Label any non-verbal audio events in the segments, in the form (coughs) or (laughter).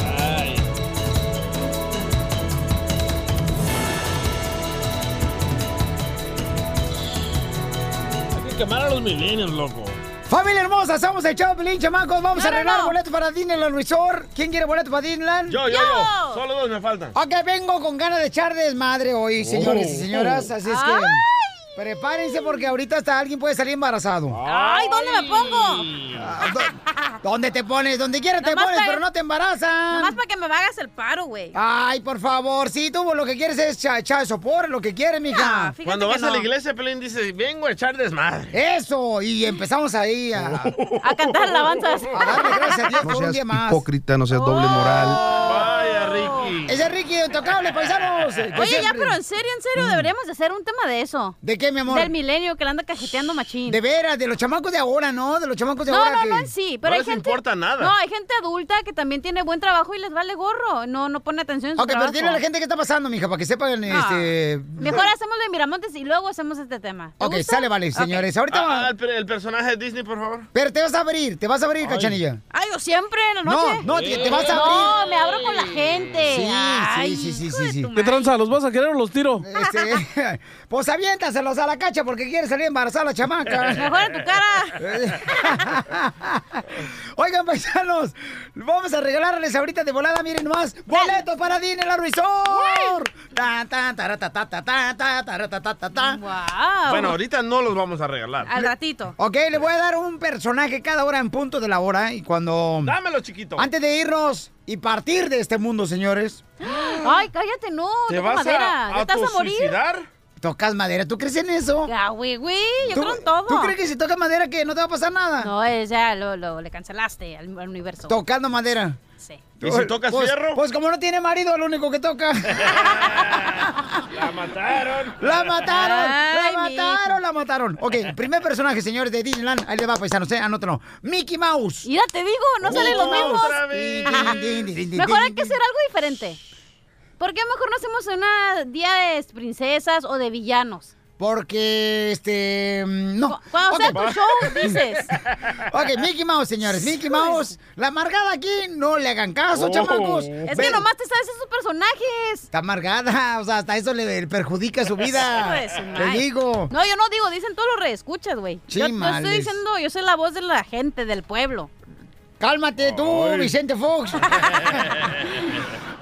Ay. Hay que quemar a los millennials, loco. Familia hermosa, estamos el Chavo Pelín, chamacos. Vamos a Claro, arreglar no. boletos para Disneyland Resort. ¿Quién quiere boleto para Disneyland? Yo, yo, yo. Solo dos me faltan. Ok, vengo con ganas de echar desmadre hoy, señores y Oh. señoras. Así es que Ay. prepárense porque ahorita hasta alguien puede salir embarazado. Ay, ¿dónde me pongo? Ah, do- ¿Dónde te pones? Donde quieras te Nomás pones, pa- pero no te embarazan. Nomás para que me hagas el paro, güey. Ay, por favor, sí, tú lo que quieres es cha- echar sopor, lo que quieres, mija. Ah, Cuando vas a la iglesia, Pelín dice, vengo a echar desmadre. Eso, y empezamos ahí a, A cantar alabanzas. A darle gracias a Dios (laughs) No por un seas día más. Oh. hipócrita, no seas doble moral. Vaya, Ricky. Ese es Ricky, intocable, (laughs) paisanos. eh, que Oye, ya, siempre- Mm. pero en serio, en serio, deberíamos de hacer un tema de eso. ¿De qué, mi amor? Del milenio que le anda cajeteando machín. De veras, de los chamacos de ahora, ¿no? De los chamacos de no, ahora. no, que- no en sí, pero hay gente... No, hay gente adulta que también tiene buen trabajo y les vale gorro. No, no pone atención en su Ok, pero trabajo. Ah, dile a la gente qué está pasando, mija, para que sepan, este... Mejor hacemos lo de Miramontes y luego hacemos este tema. ¿Te Ok, gusta? sale, vale, Ok. señores. Ahorita va- Ah, el, per- el personaje de Disney, por favor. Pero te vas a abrir, te vas a abrir, cachanilla. Ay, yo siempre en la No, noche. no, te- te vas a No, abrir. me abro con la gente. Sí, Ay, sí, sí, sí, sí, sí. ¿Qué tranza? ¿Los vas a querer o los tiro? (laughs) Este, pues aviéntaselos a la cacha porque quiere salir embarazada la chamaca. Mejor en tu (laughs) Eh, cara. Oigan, paisanos, vamos a regalarles ahorita de volada, miren más, boletos para Dinero Resort. Tan, tan, taratata, ta, ta, ta, taratata, ta, ta. Oh. Bueno, ahorita no los vamos a regalar. ratito. Ok, le voy a dar un personaje cada hora en punto de la hora. ¿eh? Y cuando. Dámelo, chiquito. Antes de irnos y partir de este mundo, señores. (gasps) Ay, cállate, no. ¿Te toca vas a madera. ¿Ya te vas a morir? autosuicidar? Tocas madera, ¿tú crees en eso? Ya, güey, güey. Yo ¿Tú- creo en todo. tú crees que si tocas madera que no te va a pasar nada? No, es ya lo, lo- le cancelaste al, al universo. Tocando madera. Sí. ¿Y si tocas Pues- fierro? Pues como no tiene marido, lo único que (laughs) toca. La (laughs) mataron. ¡La mataron! Ay, ¡La mi mataron! ¡La mataron! Ok, primer personaje, señores, de Disneyland. Ahí le va, paisanos, ¿eh? Anótalo. ¡Mickey Mouse! Mira, te digo, no salen los mismos. Mejor hay que hacer algo diferente. ¿Por qué mejor no hacemos una día de princesas o de villanos? Porque, este, no. Cuando sea Ok. tu show, dices. (laughs) Ok, Mickey Mouse, señores. Mickey Mouse. La amargada aquí, no le hagan caso, Oh. Ah, chamacos. Es Ve- que nomás te sabes esos personajes. Está amargada, o sea, hasta eso le perjudica su vida. (laughs) Hijo de su Te madre. digo. No, yo no digo, dicen todos los reescuchas, güey. Yo, yo estoy Chimales. diciendo, yo soy la voz de la gente, del pueblo. Cálmate tú, Oh, Vicente (laughs) Fox.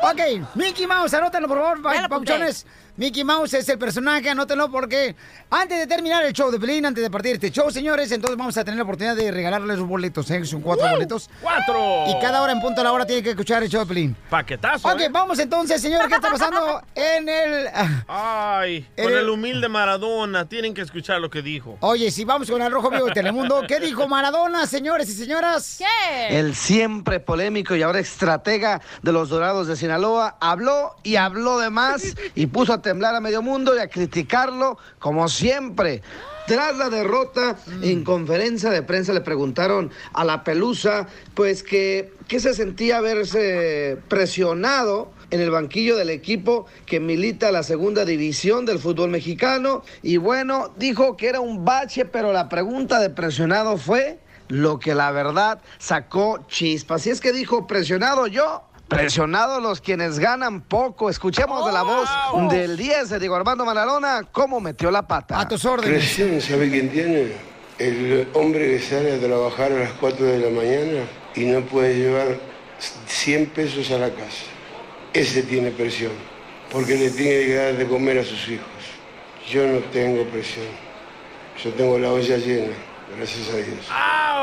ok, Mickey Mouse, anótalo por favor, pa- pauchones. Mickey Mouse es el personaje, anótelo porque antes de terminar el show de Pelín, antes de partir este show, señores, entonces vamos a tener la oportunidad de regalarles los boletos, ¿eh? son cuatro boletos. ¡Cuatro! Y cada hora en punto de la hora tiene que escuchar el show de Pelín. Paquetazo. Ok, ¿eh? vamos entonces, señor, ¿qué está pasando en el... ah, Ay, con Eh. el humilde Maradona, tienen que escuchar lo que dijo. Oye, si vamos con el Rojo Vivo de Telemundo, ¿qué dijo Maradona, señores y señoras? ¿Qué? El siempre polémico y ahora estratega de los Dorados de Sinaloa habló y habló de más y puso a temblar a medio mundo y a criticarlo como siempre. Tras la derrota, en conferencia de prensa le preguntaron a la pelusa, pues que, que se sentía verse presionado en el banquillo del equipo que milita la segunda división del fútbol mexicano. Y bueno, dijo que era un bache, pero la pregunta de presionado fue lo que la verdad sacó chispa. Así es que dijo, presionado yo. Presionado los quienes ganan poco. Escuchemos de la voz del 10 de Diego Armando Maradona cómo metió la pata. A tus Presión, ¿sabe quién tiene? El hombre que sale a trabajar a las 4 de la mañana y no puede llevar 100 pesos a la casa. Ese tiene presión, porque le tiene que dar de comer a sus hijos. Yo no tengo presión. Yo tengo la olla llena, gracias a Dios.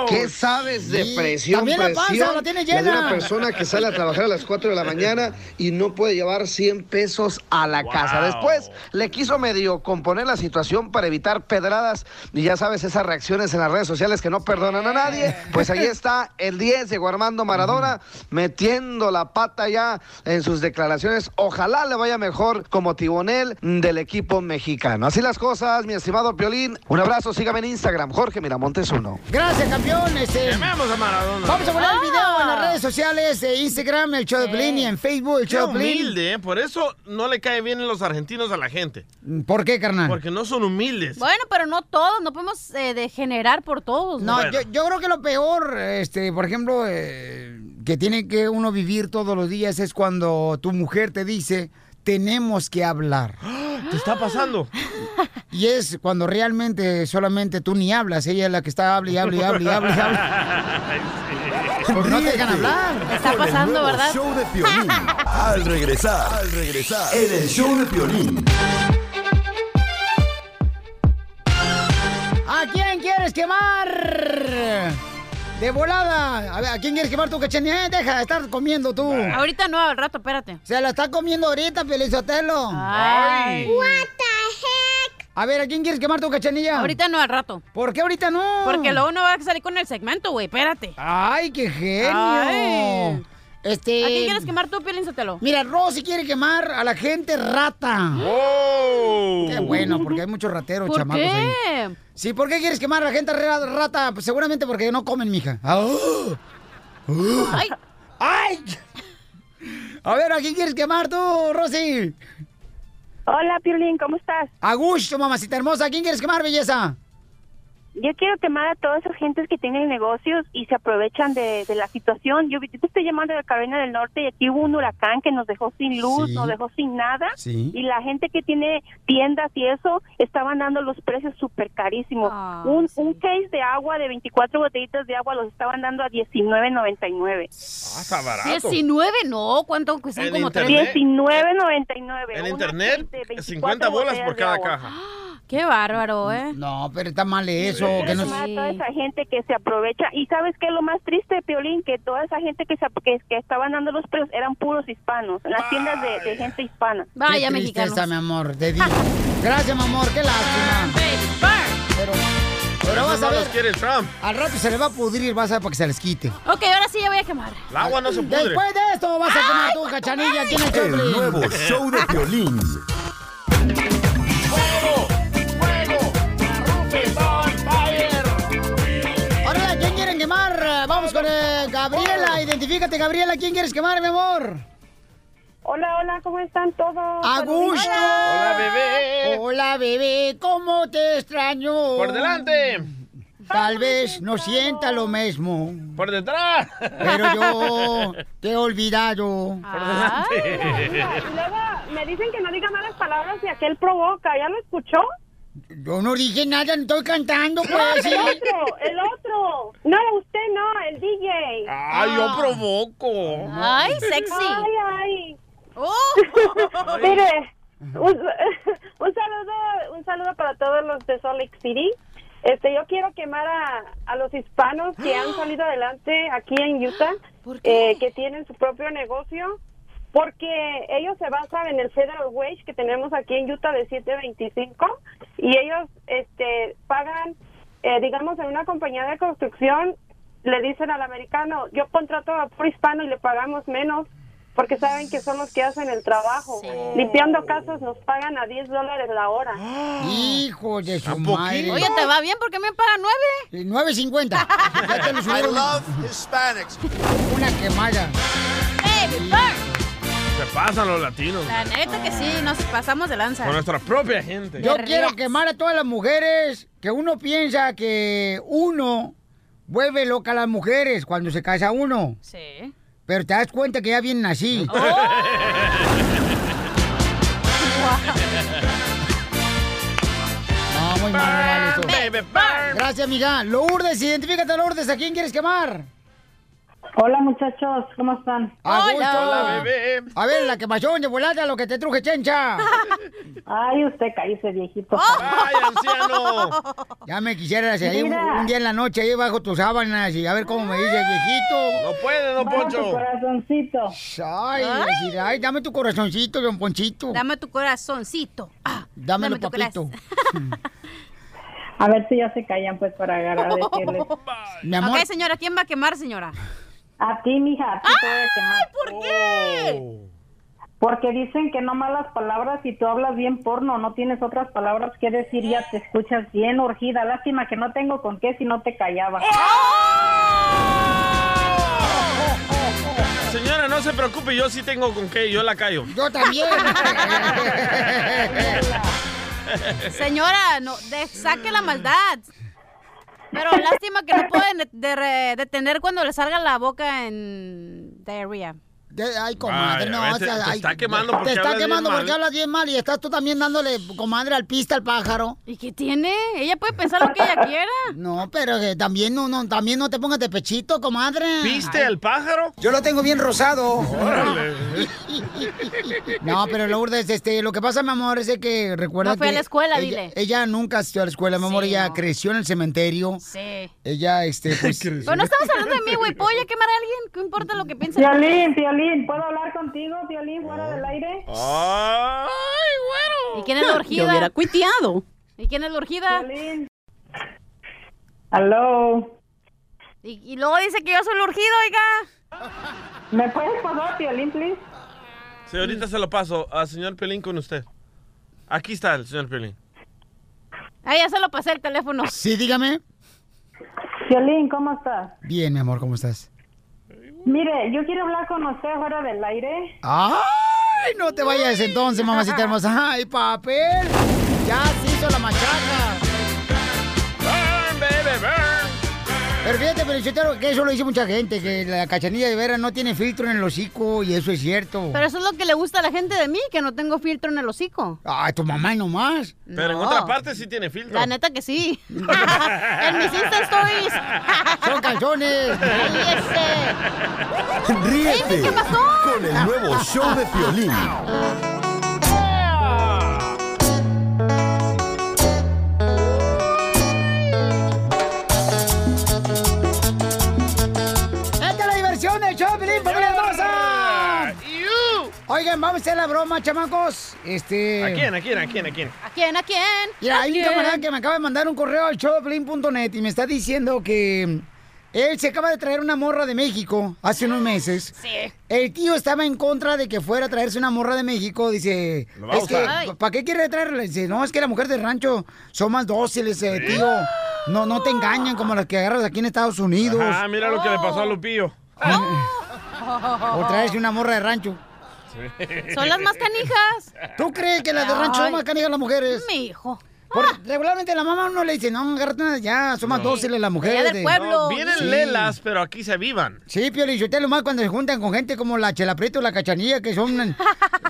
¿Qué sabes de Sí, presión? también la panza, presión? la tiene de llena. una persona que sale a trabajar a las 4 de la mañana y no puede llevar 100 pesos a la casa. Wow. Después le quiso medio componer la situación para evitar pedradas y ya sabes esas reacciones en las redes sociales que no perdonan a nadie. Eh. Pues ahí está el 10 Diego Armando Maradona metiendo la pata ya en sus declaraciones. Ojalá le vaya mejor como tibonel del equipo mexicano. Así las cosas, mi estimado Piolín. Un abrazo, sígame en Instagram, Jorge Miramontes uno. Gracias, campeón. Este, Llamemos a Maradona. vamos a poner el video Ah. en las redes sociales de Instagram, el show de Pelín, y en Facebook, el Qué show de Pelín. humilde, ¿eh? Por eso no le cae bien los argentinos a la gente. ¿Por qué, carnal? Porque no son humildes. Bueno, pero no todos, no podemos eh, degenerar por todos. No, Bueno. yo, yo creo que lo peor, este, por ejemplo, eh, que tiene que uno vivir todos los días es cuando tu mujer te dice, tenemos que hablar. ¿Te está pasando? Y es cuando realmente solamente tú ni hablas, ella es la que está, habla y habla y habla y habla y (laughs) habla. Porque no te dejan hablar. Está pasando, ¿verdad? Show de (laughs) Piolín. Al regresar, al regresar, en el show de Piolín. ¿A quién quieres quemar? De volada. A ver, ¿a quién quieres quemar tú, cachanía? Eh, Deja de estar comiendo tú. Ahorita no, al rato, espérate. Se la está comiendo ahorita, Pelizotelo. Ay. A ver, ¿a quién quieres quemar tú, cachanilla? Ahorita no, al rato. ¿Por qué ahorita no? Porque luego no va a salir con el segmento, güey, espérate. ¡Ay, qué genio! Ay. Este. ¿A quién quieres quemar tú, Piolín Sotelo? Mira, Rosy quiere quemar a la gente rata. ¡Oh! Qué bueno, porque hay muchos rateros, ¿Por chamacos ahí. qué? Sí, ¿por qué quieres quemar a la gente ra- rata? Pues seguramente porque no comen, mija. Ah, ¡oh! Ay, ¡Ay! A ver, ¿a quién quieres quemar tú, Rosy? Hola, Piolín, ¿cómo estás? A gusto, mamacita hermosa. ¿A quién quieres quemar, belleza? Yo quiero quemar a todas esas gentes que tienen negocios y se aprovechan de, de la situación. Yo, vi- yo te estoy llamando de Carolina del Norte y aquí hubo un huracán que nos dejó sin luz, Sí. nos dejó sin nada. Sí. Y la gente que tiene tiendas y eso, estaban dando los precios súper carísimos. Ah, un, sí. un case de agua de 24 botellitas de agua los estaban dando a 19.99. Ah, está barato. 19, no, ¿cuánto cuestan En como internet. tres? 19.99. En Una internet, case de 24 50 bolas por botellas de cada agua. caja. Qué bárbaro, ¿eh? No, pero está mal eso. Sí. Que no... Quiero llamar a Sí. toda esa gente que se aprovecha. Y sabes qué es lo más triste, Piolín, que toda esa gente que, se, que, que estaban dando los precios eran puros hispanos, en las tiendas de, de gente hispana. Vaya, Qué tristeza, mexicanos. mi amor. Te digo. Gracias, mi amor. Qué lástima. Pero, Pero pero vas a no los ver. quiere Trump. Al rato se le va a pudrir, vas a ver para que se les quite. Ok, ahora sí ya voy a quemar. El agua no se pudre. Después de esto vas a quemar tu cachanilla aquí en el El Choplin. nuevo show de Piolín. Ahora, ¿a ¿quién quieren quemar? Vamos con eh, Gabriela. Identifícate, Gabriela. ¿Quién quieres quemar, mi amor? Hola, hola, ¿cómo están todos? A gusto. Hola, bebé. Hola, bebé. ¿Cómo te extraño? Por delante. Tal vez no sienta lo mismo, Por detrás. pero (laughs) yo te he olvidado. Ay, Y luego me dicen que no diga malas palabras y aquel provoca. ¿Ya lo escuchó? Yo no dije nada, no estoy cantando, No, pues. (laughs) ¿sí? el otro, el otro. No, usted no, el DJ. Ay, Ah. yo provoco. ay, sexy. Ay, ay. Oh, (laughs) Mire, un, (laughs) un saludo, un saludo para todos los de Salt Lake City. Este, yo quiero quemar a, a los hispanos que han salido adelante aquí en Utah, ¡Ah! ¿Por qué? eh, que tienen su propio negocio, porque ellos se basan en el federal wage que tenemos aquí en Utah de 7.25 y ellos, este, pagan, eh, digamos, en una compañía de construcción le dicen al americano, yo contrato a por hispano y le pagamos menos porque saben que son los que hacen el trabajo. Limpiando casas nos pagan a 10 dólares la hora. Hijo de su poquito? madre. oye, te va bien porque me pagan nueve. 9.50. Ya (laughs) te lo subieron Hispanics. una quemada. Baby Bird. Se pasan los latinos. La neta que sí, nos pasamos de lanza. Con nuestra propia gente. Yo Relax. quiero quemar a todas las mujeres que uno piensa que uno vuelve loca a las mujeres cuando se casa uno. Sí. Pero te das cuenta que ya vienen (laughs) así. No, muy mal, no vale eso. Baby, burn. Gracias, amiga. Lourdes, identifícate, Lourdes. ¿A quién quieres quemar? Hola muchachos, ¿cómo están? A gusto. A ver, la que pasó, de volada, lo que te truje, chencha. (laughs) Ay, usted cállese, viejito. ¡Ay, anciano! Ya me quisieras ahí un, Mira. un día en la noche, ahí bajo tus sábanas, y a ver cómo me dice, viejito. No puede, don Baja tu corazoncito. Ay, Ay. decir, ay, dame tu corazoncito, don Ponchito. Dame tu corazoncito. Ah, Dámelo, dame tu papito. corazón. A ver si ya se callan, pues, para agarrar a (laughs) decirles. Mi amor, Ok, señora, ¿quién va a quemar, señora? A ti, mija, a ti te voy a quemar. ¿Por qué? Oh. Porque dicen que no malas palabras y tú hablas bien porno, no tienes otras palabras que decir, ya te escuchas bien urgida. Lástima que no tengo con qué si no te callaba. Señora, no se preocupe, yo sí tengo con qué, yo la callo. (laughs) yo también. (laughs) Señora, no, de- saque la maldad. Pero lástima que no pueden de- de- re- detener cuando le salga la boca en diarrea. De- ay, comadre, no, Vaya, a ver, Ah, o te- sea, te ay, está quemando Te porque está hablas bien quemando porque mal. hablas bien mal y estás tú también dándole, comadre, al pista al pájaro. ¿Y qué tiene? Ella puede pensar lo que ella quiera. (laughs) No, pero que también no, no, también no te pongas de pechito, comadre. ¿Viste al pájaro? Yo lo tengo bien rosado. (laughs) Órale. No, pero Lourdes, este, lo que pasa, mi amor, es de que recuerda No fue a que la escuela, ella, dile. Ella nunca asistió a la escuela, mi amor, Sí, ella no. creció en el cementerio. Sí. Ella, este, pues... Pero no estamos hablando de mí, güey. ¿Puedo ya quemar a alguien? ¿Qué importa lo que piense? Violín, Violín, ¿puedo hablar contigo, Violín, Oh. fuera del aire? Ah. Ay, ¿Y güero. quién es la Yo hubiera urgida? cuiteado. ¿Y quién es la urgida? Violín. Aló. Y, y luego dice que yo soy el urgido, oiga. ¿Me puedes pasar, Violín, please? Señorita, se lo paso a señor Pelín con usted. Aquí está el señor Pelín. Ah, ya se lo pasé el teléfono. Sí, dígame. Violín, ¿cómo estás? Bien, mi amor, ¿cómo estás? Mire, yo quiero hablar con usted fuera del aire. ¡Ay! No te vayas entonces, mamacita hermosa. ¡Ay, papel! Ya se hizo la machaca. Burn, baby, burn. Pero fíjate, pero Chotero, que eso lo dice mucha gente, que la cachanilla de veras no tiene filtro en el hocico y eso es cierto. Pero eso es lo que le gusta a la gente de mí, que no tengo filtro en el hocico. Ay, tu mamá y nomás. Pero en No. otra parte sí tiene filtro. La neta que sí. (laughs) en mis Insta Stories. (laughs) Son calzones. Cállese. Ríete ¿qué pasó? con el nuevo show de Piolín. ¡Esta es la diversión del show, Pelín, familia hermosa! Oigan, vamos a hacer la broma, chamacos. Este... ¿A quién? ¿A quién? ¿A quién? ¿A quién? ¿A quién? ¿A quién? Mira, ¿A hay un quién? camarada que me acaba de mandar un correo al showplane.net y me está diciendo que él se acaba de traer una morra de México hace unos meses. Sí. El tío estaba en contra de que fuera a traerse una morra de México. Dice, Lo va a usar. ¿para qué quiere traerla? Dice, no, es que las mujeres del rancho son más dóciles, eh, tío. No, no te engañan como las que agarras aquí en Estados Unidos. Ah, mira lo que le Oh. pasó a Lupillo. (laughs) (laughs) O traerse una morra de rancho. Son las más canijas. ¿Tú crees que las de rancho son Ay. más canijas las mujeres? Mi hijo. Porque regularmente la mamá uno le dice, no, agárrate una de allá, son más dóciles las mujeres. del de- pueblo. No, vienen Sí. lelas, pero aquí se avivan. Sí, Piolín, yo te lo más cuando se juntan con gente como la Chela Prieto, la Cachanilla, que son,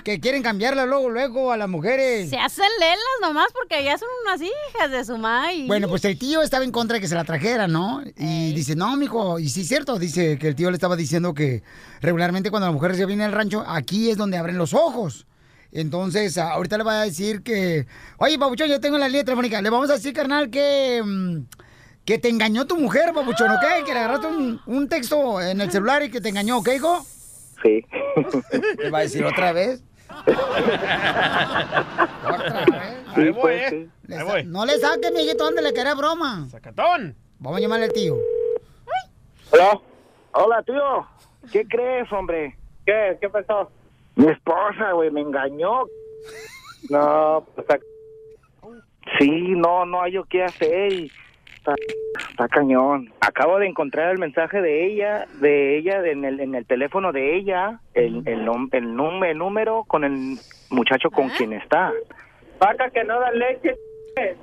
que quieren cambiarla luego, luego a las mujeres. Se hacen lelas nomás porque ya son unas hijas de su madre. Bueno, pues el tío estaba en contra de que se la trajera, ¿no? Y dice, no, mijo, y sí es cierto, dice que el tío le estaba diciendo que regularmente cuando la mujer se viene al rancho, aquí es donde abren los ojos. Entonces, a- ahorita le va a decir que, oye, Pabuchón, yo tengo la línea telefónica, le vamos a decir, carnal, que... mm, que te engañó tu mujer, Pabuchón, ¿ok? Que le agarraste un, un texto en el celular y que te engañó, ¿ok, hijo? Sí. ¿Le va a decir otra vez? otra vez. Ahí voy, pues, eh. Le Ahí sa- voy. No le saque, mijito, donde le queda broma. ¡Sacatón! Vamos a llamarle al tío. Hola. Hola, tío. ¿Qué crees, hombre? ¿Qué? ¿Qué pasó? Mi esposa, güey, me engañó. No, pues ac- (laughs) Sí, no, no hay yo qué hacer. y Está, está cañón. Acabo de encontrar el mensaje de ella, de ella, de- en el, en el teléfono de ella, el, el, nom- el, num- el número con el muchacho con quien está. vaca que no da leche,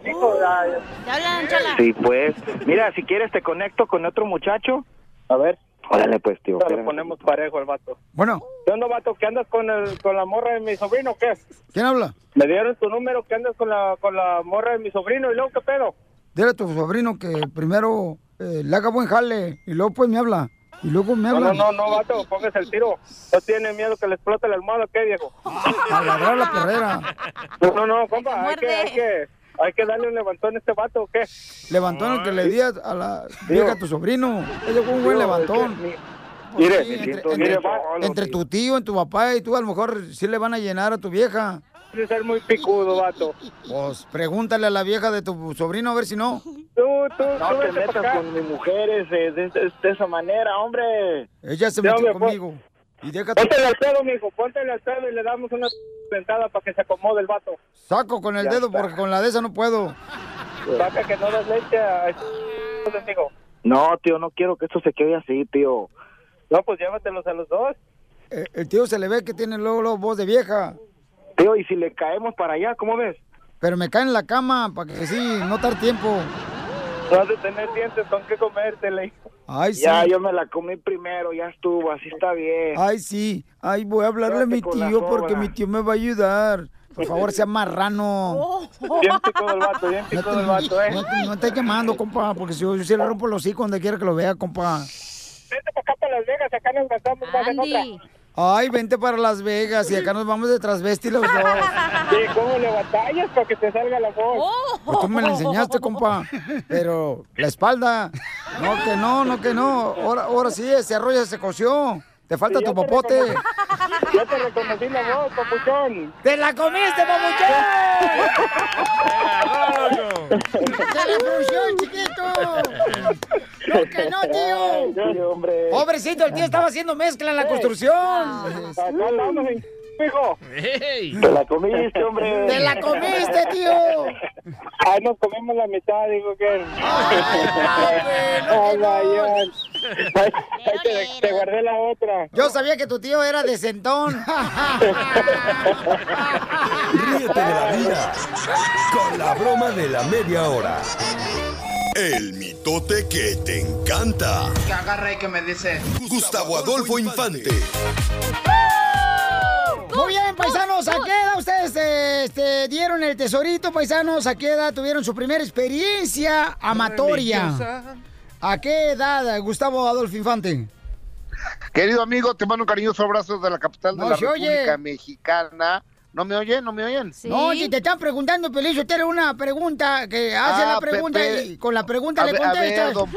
hijo, da- Uh. Ya hablan, chala. Sí, pues. Mira, si quieres te conecto con otro muchacho. A ver, Órale, pues, tío. lo espérame. ponemos parejo al vato. Bueno, ¿Qué onda, vato? ¿Qué andas con, el, con la morra de mi sobrino o qué? ¿quién habla? Me dieron tu número, ¿qué andas con la, con la morra de mi sobrino? ¿Y luego qué pedo? Dile a tu sobrino que primero eh, le haga buen jale y luego pues me habla. Y luego me No, no, hablan. no, no, vato, póngase el tiro. No tiene miedo que le explote la almohada, ¿qué, viejo? A ladrar la perrera. No, no, no, compa, hay que, hay que, hay que darle un levantón a este vato, ¿o qué? Levantón el que le di a, a la vieja a tu sobrino. Ella fue un buen Digo, levantón. es Pues mire, sí, me entre, siento entre- bien solo, entre tu tío, en tu papá y tú, a lo mejor sí le van a llenar a tu vieja. Tienes que ser muy picudo, vato. Pues pregúntale a la vieja de tu sobrino a ver si no. Tú, tú, No tú te vete pa' metas acá. con mis mujeres eh, de, de- de esa manera, hombre. Ella se Ya metió me fue. conmigo. Y déjate. Póntele al pedo, mijo, póntele al pedo y le damos una sentada para que se acomode el vato. Saco con el Ya dedo está. porque con la de esa no puedo. Saca que no das leche a a- amigo. No, tío, no quiero que esto se quede así, tío. No, pues llévatelos a los dos. Eh, El tío se le ve que tiene luego, luego voz de vieja. Tío, ¿y si le caemos para allá? ¿Cómo ves? Pero me cae en la cama para que sí, no tar tiempo. No has de tener dientes con qué comértele. Ay, sí. Ya, yo me la comí primero, ya estuvo, así está bien. Ay, sí. Ay, voy a hablarle a mi Quédate con la tío porque sobra. mi tío me va a ayudar. Por favor, sea marrano. Oh. Bien picudo el vato, bien No picudo te, el vato, ¿eh? no te- no te llamando, compa, porque si yo, yo sí le rompo los hijos donde quiera que lo vea, compa. Acá para Las Vegas, acá nos gastamos más en otra. Ay, vente para Las Vegas y acá nos vamos de transvesti los dos. Sí, ¿cómo le batallas para que te salga la voz? Pues tú me la enseñaste, compa. Pero la espalda. No, que no, no, que no. Ahora, ahora sí, ese arroyo se coció. Te falta Sí, tu ya te popote. (laughs) reconocí. Ya te reconocí la voz, papuchón. ¡Te la comiste, papuchón! ¡Se le frunció el chiquito! ¡No, que no, tío! Sí, hombre. Ah, Pobrecito, el tío estaba haciendo mezcla en la construcción. Acá estamos en hijo. Te la comiste, hombre. ¡Te la comiste, tío! Ahí nos Ah, comimos la mitad, digo que. no, que no. Ay, Ahí te, te guardé la otra. Yo sabía que tu tío era de (laughs) sentón. Ríete de la vida con la broma de la media hora. El mitote que te encanta. Que agarra y que me dice. Gustavo Adolfo Infante. Muy bien, paisanos, ¿a qué edad ustedes eh, este, dieron el tesorito, paisanos? ¿A qué edad tuvieron su primera experiencia amatoria? ¿A qué edad, Gustavo Adolfo Infante? Querido amigo, te mando un cariñoso abrazo de la capital de No la se oye. República Mexicana. ¿No me oyen? ¿No me oyen? No, si te están preguntando, Pelillo, te era una pregunta que hace Ah, la pregunta Pepe. y con la pregunta a le ver, a contestas. ver, don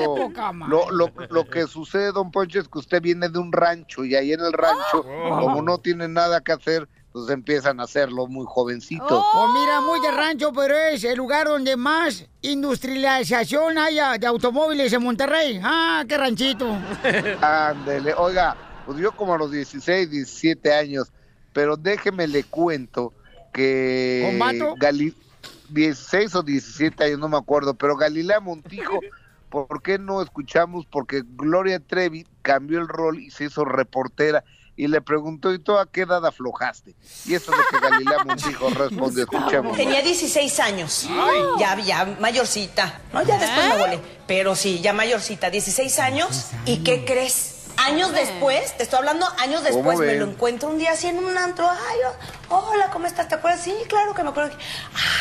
(laughs) Qué poca madre. Lo, lo- lo que sucede, don Poncho, es que usted viene de un rancho y ahí en el rancho, Oh. como no tiene nada que hacer, pues empiezan a hacerlo muy jovencitos. Oh, mira, muy de rancho, pero es el lugar donde más industrialización haya de automóviles en Monterrey. Ah, qué ranchito. (laughs) Ándele, oiga, pues yo como a los 16, 17 años, pero déjeme le cuento que... ¿Con vato? Gali- 16 o 17 años, no me acuerdo, pero Galilea (laughs) Montijo, ¿por qué no escuchamos? Porque Gloria Trevi cambió el rol y se hizo reportera y le preguntó, ¿y tú a qué edad aflojaste? Y eso es lo (laughs) que Galilea Montijo respondió, escuchemos. Tenía 16 años. Ya, ya, mayorcita. No, ya después me volé. Pero sí, ya mayorcita, 16 años. ¿Y qué crees? Años después, te estoy hablando años ¿Cómo después, me ves? lo encuentro un día así en un antro. Ay, oh, hola, ¿cómo estás? ¿Te acuerdas? Sí, claro que me acuerdo.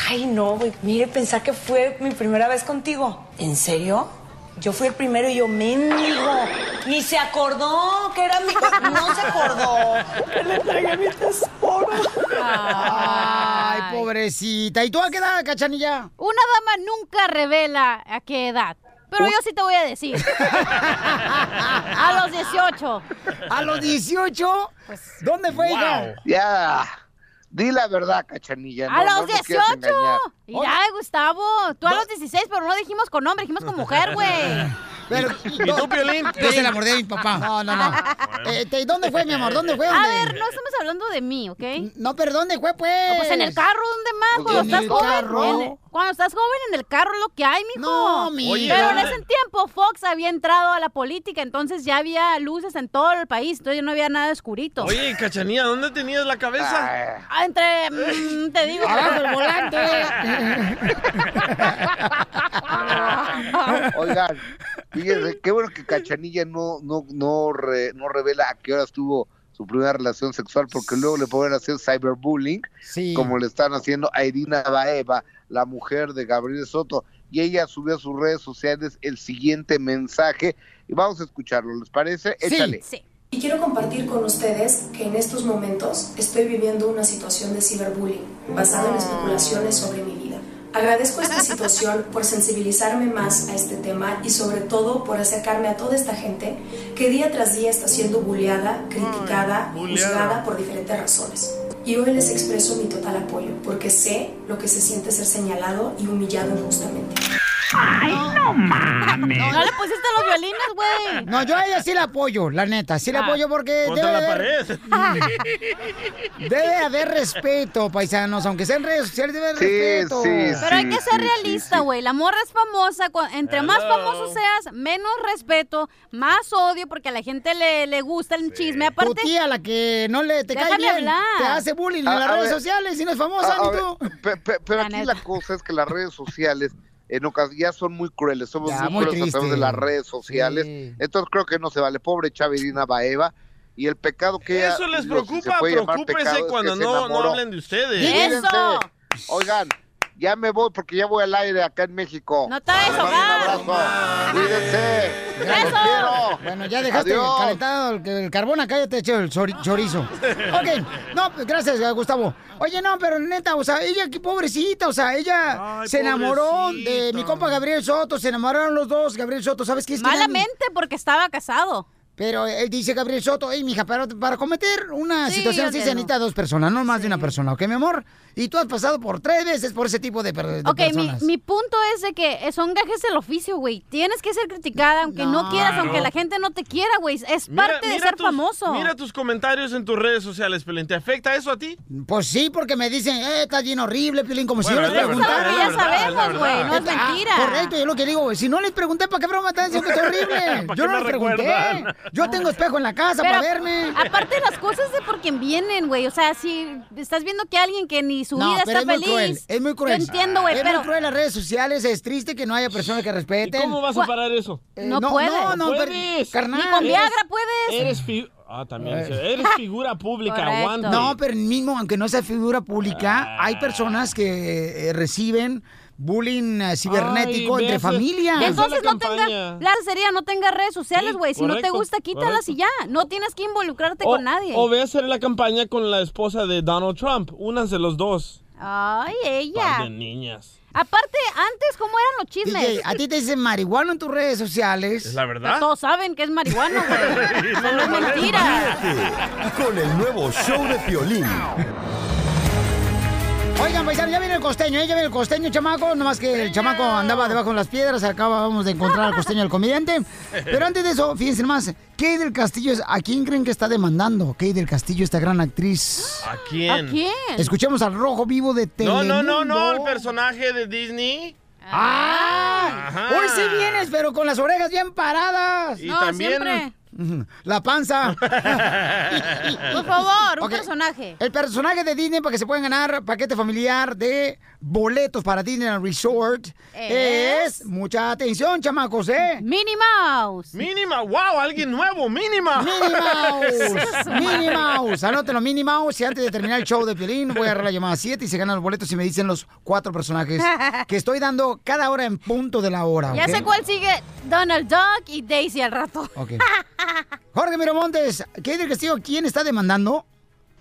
Ay, no, güey, mire, pensar que fue mi primera vez contigo. ¿En serio? Yo fui el primero y yo, mendigo, ni se acordó que era mi... No se acordó. Le entregué mi tesoro. Ay, pobrecita. ¿Y tú a qué edad, cachanilla? Una dama nunca revela a qué edad. Pero yo sí te voy a (laughs) decir. a los Pues 18. ¿A los 18? ¿Dónde fue, hija? Ya, di la verdad, Cachanilla. a no- no los nos quieras 18. engañar. Mira, Gustavo, tú a los 16, pero no dijimos con hombre, dijimos con mujer, güey. (laughs) Pero, ¿Y tú, Piolín? Yo se la mordí a mi papá. No, no, no. (laughs) Este, ¿y ¿Dónde fue, mi amor? ¿Dónde fue? A dónde? ver, no estamos hablando de mí, ¿ok? No, pero ¿dónde fue, pues? pues en el carro, ¿dónde más? Pues, Cuando ¿en estás el joven. carro? en- cuando estás joven, en el carro es lo que hay, mijo. No, mi- Oye, Pero en ¿dónde? ese tiempo Fox había entrado a la política, entonces ya había luces en todo el país, entonces no había nada oscurito. Oye, Cachanía, ¿dónde tenías la cabeza? Ah, Entre, mm, te digo. (laughs) Abajo el volante. (laughs) Oigan, fíjense, qué bueno que Cachanilla no, no, no, re- no revela a qué hora estuvo su primera relación sexual porque luego le pueden hacer cyberbullying, Sí. como le están haciendo a Irina Baeva, la mujer de Gabriel Soto. Y ella subió a sus redes sociales el siguiente mensaje y vamos a escucharlo, ¿les parece? Échale. Y quiero compartir con ustedes que en estos momentos estoy viviendo una situación de ciberbullying basada en especulaciones sobre mi vida. Agradezco esta situación por sensibilizarme más a este tema y sobre todo por acercarme a toda esta gente que día tras día está siendo bulleada, criticada, bulleada. juzgada por diferentes razones. Y hoy les expreso mi total apoyo porque sé lo que se siente ser señalado y humillado injustamente. ¡Ay, no mames! No le pusiste los violines, güey. No, yo a ella sí la apoyo, la neta. Sí la Ah. apoyo porque. Contra la haber- (laughs) Debe haber respeto, paisanos. Aunque sea en redes sociales, debe haber Sí, respeto. sí, Pero hay que ser realista, güey. La morra es famosa. cua- Entre más Hello. famoso seas, menos respeto, más odio, porque a la gente le, le gusta el chisme. Aparte, Tu tía, la que no le te cae Déjale bien, hablar. te hace bullying en A- las a redes ver. sociales y no es famosa, A- a ni ver, tú. pe- pe- pero aquí la cosa es que las redes sociales en ocasiones ya son muy crueles, somos Ya, muy, muy crueles a través de triste. las redes sociales. Entonces creo que no se vale. Pobre Chavirina Baeva. Y el pecado que ella- Eso les lo que se preocupa, puede llamar preocúpese pecado es que cuando se no- no enamoró. hablen de ustedes. Cuídense. ¡Eso! Oigan, ya me voy porque ya voy al aire acá en México. No te vayas a Les mando ahogar. un abrazo. Cuídense. Besos. Los quiero. Bueno, ya dejaste Adiós. calentado el, el carbón acá, ya te eché el chori- chorizo. Ok, no, pues, gracias, eh, Gustavo. Oye, no, pero neta, o sea, ella, qué pobrecita, o sea, ella se enamoró de mi compa Gabriel Soto, se enamoraron los dos, Gabriel Soto, ¿sabes qué es? Malamente, porque estaba casado. Pero él dice Gabriel Soto, hey, mija, para, para cometer una Sí, situación yo así se entiendo. necesita dos personas, no más de una persona, ¿ok, mi amor? Y tú has pasado por tres veces por ese tipo de, per- de Ok, mi, personas. mi punto es de que son gajes del oficio, güey. Tienes que ser criticada, aunque no, No. quieras, Claro. aunque la gente no te quiera, güey. Es parte de ser tus, famoso. Mira tus comentarios en tus redes sociales, Pelín. ¿Te afecta eso a ti? Pues sí, porque me dicen, eh, estás bien horrible, Pilín, como Bueno, si yo es les la preguntara. verdad, es la Ya verdad, es la sabemos, güey, verdad. no es Ah, mentira. correcto, yo lo que digo, güey, si no les pregunté, ¿para qué broma están diciendo que es (laughs) horrible? ¿Para Yo qué no me les pregunté. recuerdan? Yo tengo espejo en la casa Pero para verme. Aparte las cosas de por quien vienen, güey. O sea, si estás viendo que alguien que ni su No, vida pero está es muy feliz. cruel, es muy cruel. Yo entiendo, güey, Es pero muy cruel las redes sociales, es triste que no haya personas que respeten. ¿Cómo vas a parar eso? Eh, no no, puedes. no, no, pero- carnal. Ni con Viagra puedes. Eres fi- Ah, también. Eh. Eres figura pública, aguanta. No, pero mismo, aunque no sea figura pública, Ah. hay personas que eh, reciben bullying eh, cibernético Ay, ve entre ese- familia. ve Entonces no tenga, la sería, no tenga redes sociales, güey. si no te correcto, gusta, quítalas y ya. No tienes que involucrarte O, con nadie. o ve a hacer la campaña con la esposa de Donald Trump. Únanse los dos. Ay, Par ella. de niñas. Aparte, antes, ¿cómo eran los chismes? DJ, a ti te dicen marihuano en tus redes sociales. Es la verdad. Todos saben que es marihuana, güey. No, no es mentira. Ríete Con el nuevo show de Piolín. Oigan, paisanos, ya viene el costeño, ¿eh? ya viene el costeño, chamaco. Nomás que el chamaco andaba debajo de las piedras, acabamos de encontrar al costeño, el (laughs) comediante. Pero antes de eso, fíjense más, Kay del Castillo, es- ¿a quién creen que está demandando? Kay del Castillo, esta gran actriz. ¿A quién? ¿A quién? Escuchemos al rojo vivo de No, Telemundo. no, no, no, el personaje de Disney. ¡Ah! Ajá. Hoy sí vienes, pero con las orejas bien paradas. Y No, también- siempre. La (laughs) panza. Por favor, un Ok. personaje. El personaje de Disney para que se puedan ganar paquete familiar de boletos para Disney Resort Es- es... Mucha atención, chamacos, ¿eh? Minnie Mouse. Minnie Mouse. ¡Wow! Alguien nuevo. Minnie Mouse. Minnie (laughs) Mouse. Minnie Mouse. Anótelo, Minnie Mouse. Y antes de terminar el show de Piolín, voy a agarrar la llamada 7 y se ganan los boletos y me dicen los cuatro personajes que estoy dando cada hora en punto de la hora. Ya ¿ok? sé cuál sigue Donald Duck y Daisy al rato. Ok. Jorge Miramontes, ¿qué del Castillo? ¿Quién está demandando?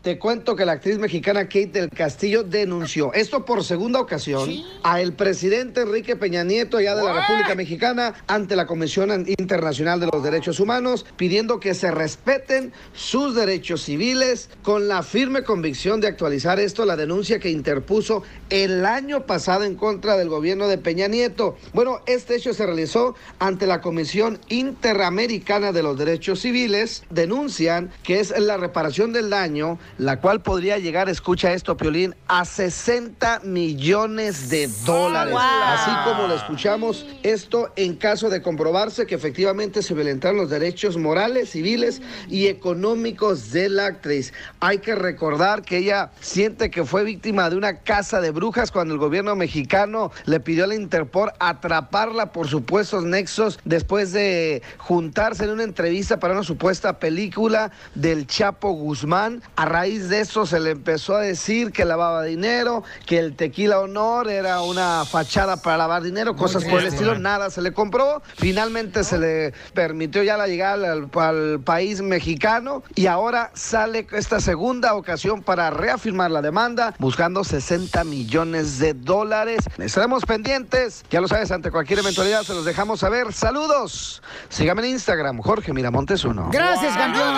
Te cuento que la actriz mexicana Kate del Castillo denunció, esto por segunda ocasión, a el presidente Enrique Peña Nieto allá de la República Mexicana ante la Comisión Internacional de los Derechos Humanos, pidiendo que se respeten sus derechos civiles con la firme convicción de actualizar esto, la denuncia que interpuso el año pasado en contra del gobierno de Peña Nieto. Bueno, este hecho se realizó ante la Comisión Interamericana de los Derechos Civiles, denuncian que es la reparación del daño la cual podría llegar, escucha esto, Piolín, a 60 millones de dólares. wow. Así como lo escuchamos, esto en caso de comprobarse que efectivamente se violentaron los derechos morales, civiles y económicos de la actriz. Hay que recordar que ella siente que fue víctima de una casa de brujas cuando el gobierno mexicano le pidió a la Interpol atraparla por supuestos nexos después de juntarse en una entrevista para una supuesta película del Chapo Guzmán. A raíz de eso se le empezó a decir que lavaba dinero, que el tequila honor era una fachada para lavar dinero, cosas por el triste, estilo. man. Nada se le compró. Finalmente se le permitió ya la llegada al, al país mexicano y ahora sale esta segunda ocasión para reafirmar la demanda buscando 60 millones de dólares. Estaremos pendientes. Ya lo sabes, ante cualquier eventualidad se los dejamos saber. Saludos. Sígame en Instagram, Jorge Miramontes 1. Gracias, campeón.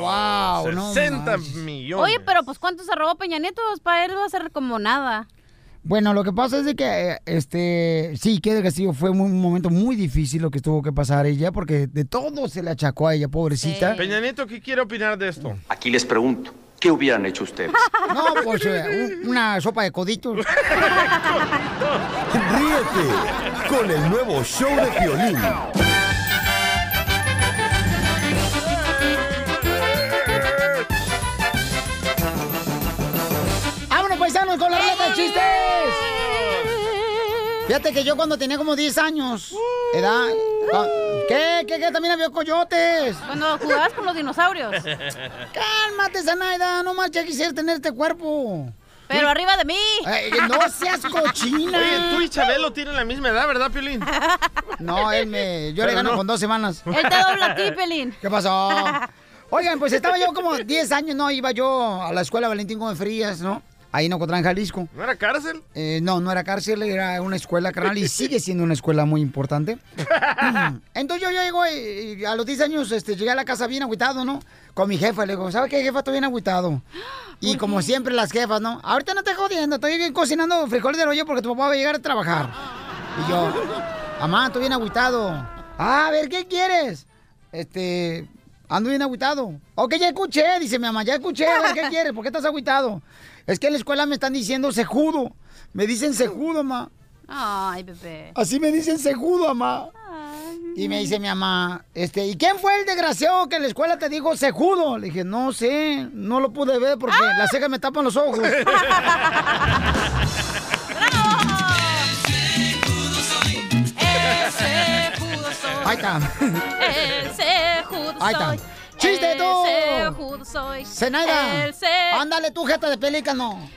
Wow, no 60 millones. Oye, pero pues ¿cuánto se robó Peña Nieto? Pues, Para él va a ser como nada. Bueno, lo que pasa es de que, eh, este, sí, que del Castillo fue un momento muy difícil lo que tuvo que pasar ella, porque de todo se le achacó a ella, pobrecita. Peña Nieto, ¿qué quiere opinar de esto? Aquí les pregunto, ¿qué hubieran hecho (laughs) ustedes? No, pues eh, un- una sopa de coditos. Ríete con el nuevo show de Piolín. ¡Vámonos, paisanos, con la ¡Eh! ruleta de chistes! Fíjate que yo cuando tenía como 10 años, ¡Uh! edad... ah, ¿Qué? ¿Qué? ¿Qué? También había coyotes. Cuando jugabas con los dinosaurios. Cálmate, Zanaida, no marcha quisiera tener este cuerpo. Pero arriba de mí. no seas cochina. Oye, tú y Chabelo tienen la misma edad, ¿verdad, (laughs) Piolín? No, él me. Yo Pero le gano no. con dos semanas. Él te dobla a ti, Pelín. ¿Qué pasó? Oigan, pues estaba yo como 10 años, ¿no? Iba yo a la escuela Valentín Gómez Frías, ¿no? Ahí en Ocotlán, Jalisco. ¿No era cárcel? Eh, no, no era cárcel, era una escuela, carnal, y sigue siendo una escuela muy importante. Entonces yo, yo llego y, y a los 10 años este, llegué a la casa bien agüitado, ¿no? Con mi jefa, le digo, ¿sabes qué, jefa? Estoy bien agüitado. (gasps) Y como siempre las jefas, ¿no? Ahorita no estoy jodiendo, estoy cocinando frijoles del hoyo porque tu papá va a llegar a trabajar. Y yo, (laughs) mamá, estoy bien agüitado. Ah, a ver, ¿qué quieres? Este, ando bien agüitado. Ok, ya escuché, dice mi mamá, ya escuché, a (laughs) ver, ¿qué quieres? ¿Por qué estás agüitado? Es que en la escuela me están diciendo sejudo. Me dicen sejudo, mamá. Ay, bebé. Así me dicen sejudo, mamá. Y me dice mi mamá, este, ¿y quién fue el desgraciado que en la escuela te dijo sejudo? Le dije, no sé, no lo pude ver porque ¡Ah! las cejas me tapan los (laughs) ojos. Ahí está. Ese judo Ahí está. soy. ¡Chiste tú! Ese judo soy. Zenaida, El se- ándale tú, jeta de pelícano.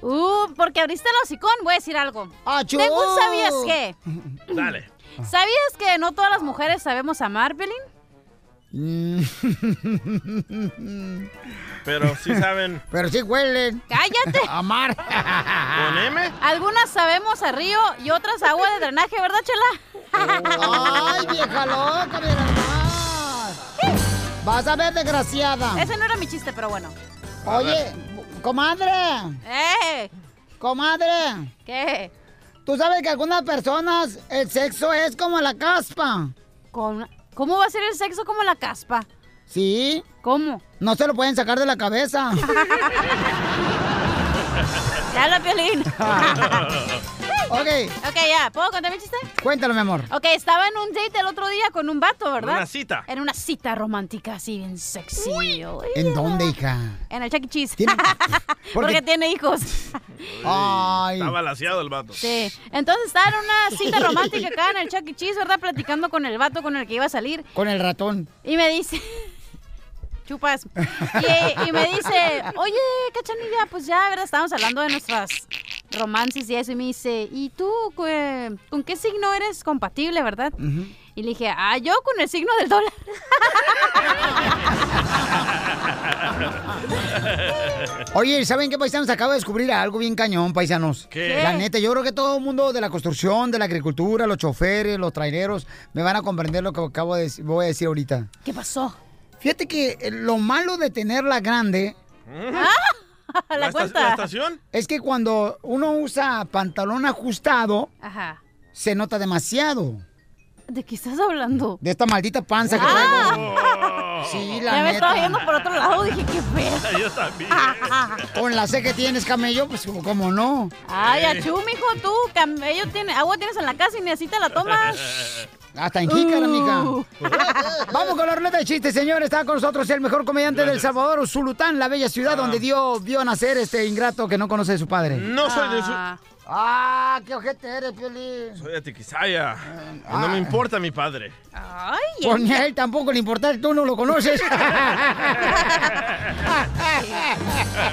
Uh, porque abriste el hocicón, voy a decir algo. Achú. Tengo un sabías qué. Dale. ¿Sabías que no todas las mujeres sabemos amar, Pelín? Mm. Pero sí saben. Pero sí huelen. ¡Cállate! (laughs) Amar. ¿Con Ah. M? Algunas sabemos a río y otras a agua de drenaje, ¿verdad, Chela? ¡Ay, vieja loca, mira nomás! Vas a ver, desgraciada. Ese no era mi chiste, pero bueno. A Oye, ver. comadre, ¡Eh! comadre. ¿Qué? Tú sabes que algunas personas el sexo es como la caspa. ¿Cómo va a ser el sexo como la caspa? Sí. ¿Cómo? No se lo pueden sacar de la (laughs) cabeza. (laughs) Ya la Piolín. (laughs) ok. Ok, ya. ¿Puedo contar mi chiste? Cuéntalo, mi amor. Ok, estaba en un date el otro día con un vato, ¿verdad? Una cita. En una cita romántica, así bien sexy. Oye, ¿En dónde, hija? En el Chuck E. Cheese. (laughs) Porque tiene hijos. Ay. Está balaseado el vato. Sí. Entonces estaba en una cita romántica acá en el Chuck E. Cheese, ¿verdad? Platicando con el vato con el que iba a salir. Con el ratón. Y me dice. (laughs) Chupas. Y, y me dice, oye, cachanilla, pues ya, ¿verdad? Estábamos hablando de nuestras romances y eso. Y me dice, ¿y tú eh, con qué signo eres compatible, verdad? Y le dije, ah, yo con el signo del dólar. (laughs) Oye, ¿saben qué, paisanos? Acabo de descubrir algo bien cañón, paisanos. ¿Qué? La neta, yo creo que todo el mundo de la construcción, de la agricultura, los choferes, los traileros, me van a comprender lo que acabo de dec- voy a decir ahorita. ¿Qué pasó? Fíjate que eh, lo malo de tenerla grande Ah, ¿La, ¿La esta- cuenta? la estación? es que cuando uno usa pantalón ajustado, Ajá. se nota demasiado. ¿De qué estás hablando? Ah. De esta maldita panza que traigo. Sí, la (laughs) ya neta. me estaba yendo por otro lado, dije, qué pedo. Oh. (laughs) Yo también. (laughs) Con la C que tienes, camello, pues como no. Ay, Eh. achú, mijo, tú, camello tiene, agua tienes en la casa y ni así te (laughs) la tomas. Hasta en jícara, Uh. mija. Vamos con la ruleta de chistes, señores. Está con nosotros el mejor comediante del Salvador, Usulután, la bella Ah. ciudad donde dio, vio nacer este ingrato que no conoce a su padre. No soy de Usul- Ah, qué ojete eres, Piolín. Soy de Tiquisaya. Y Ah, No me importa mi padre. Ay, Pues ni a él tampoco le importa, tú no lo (laughs) conoces.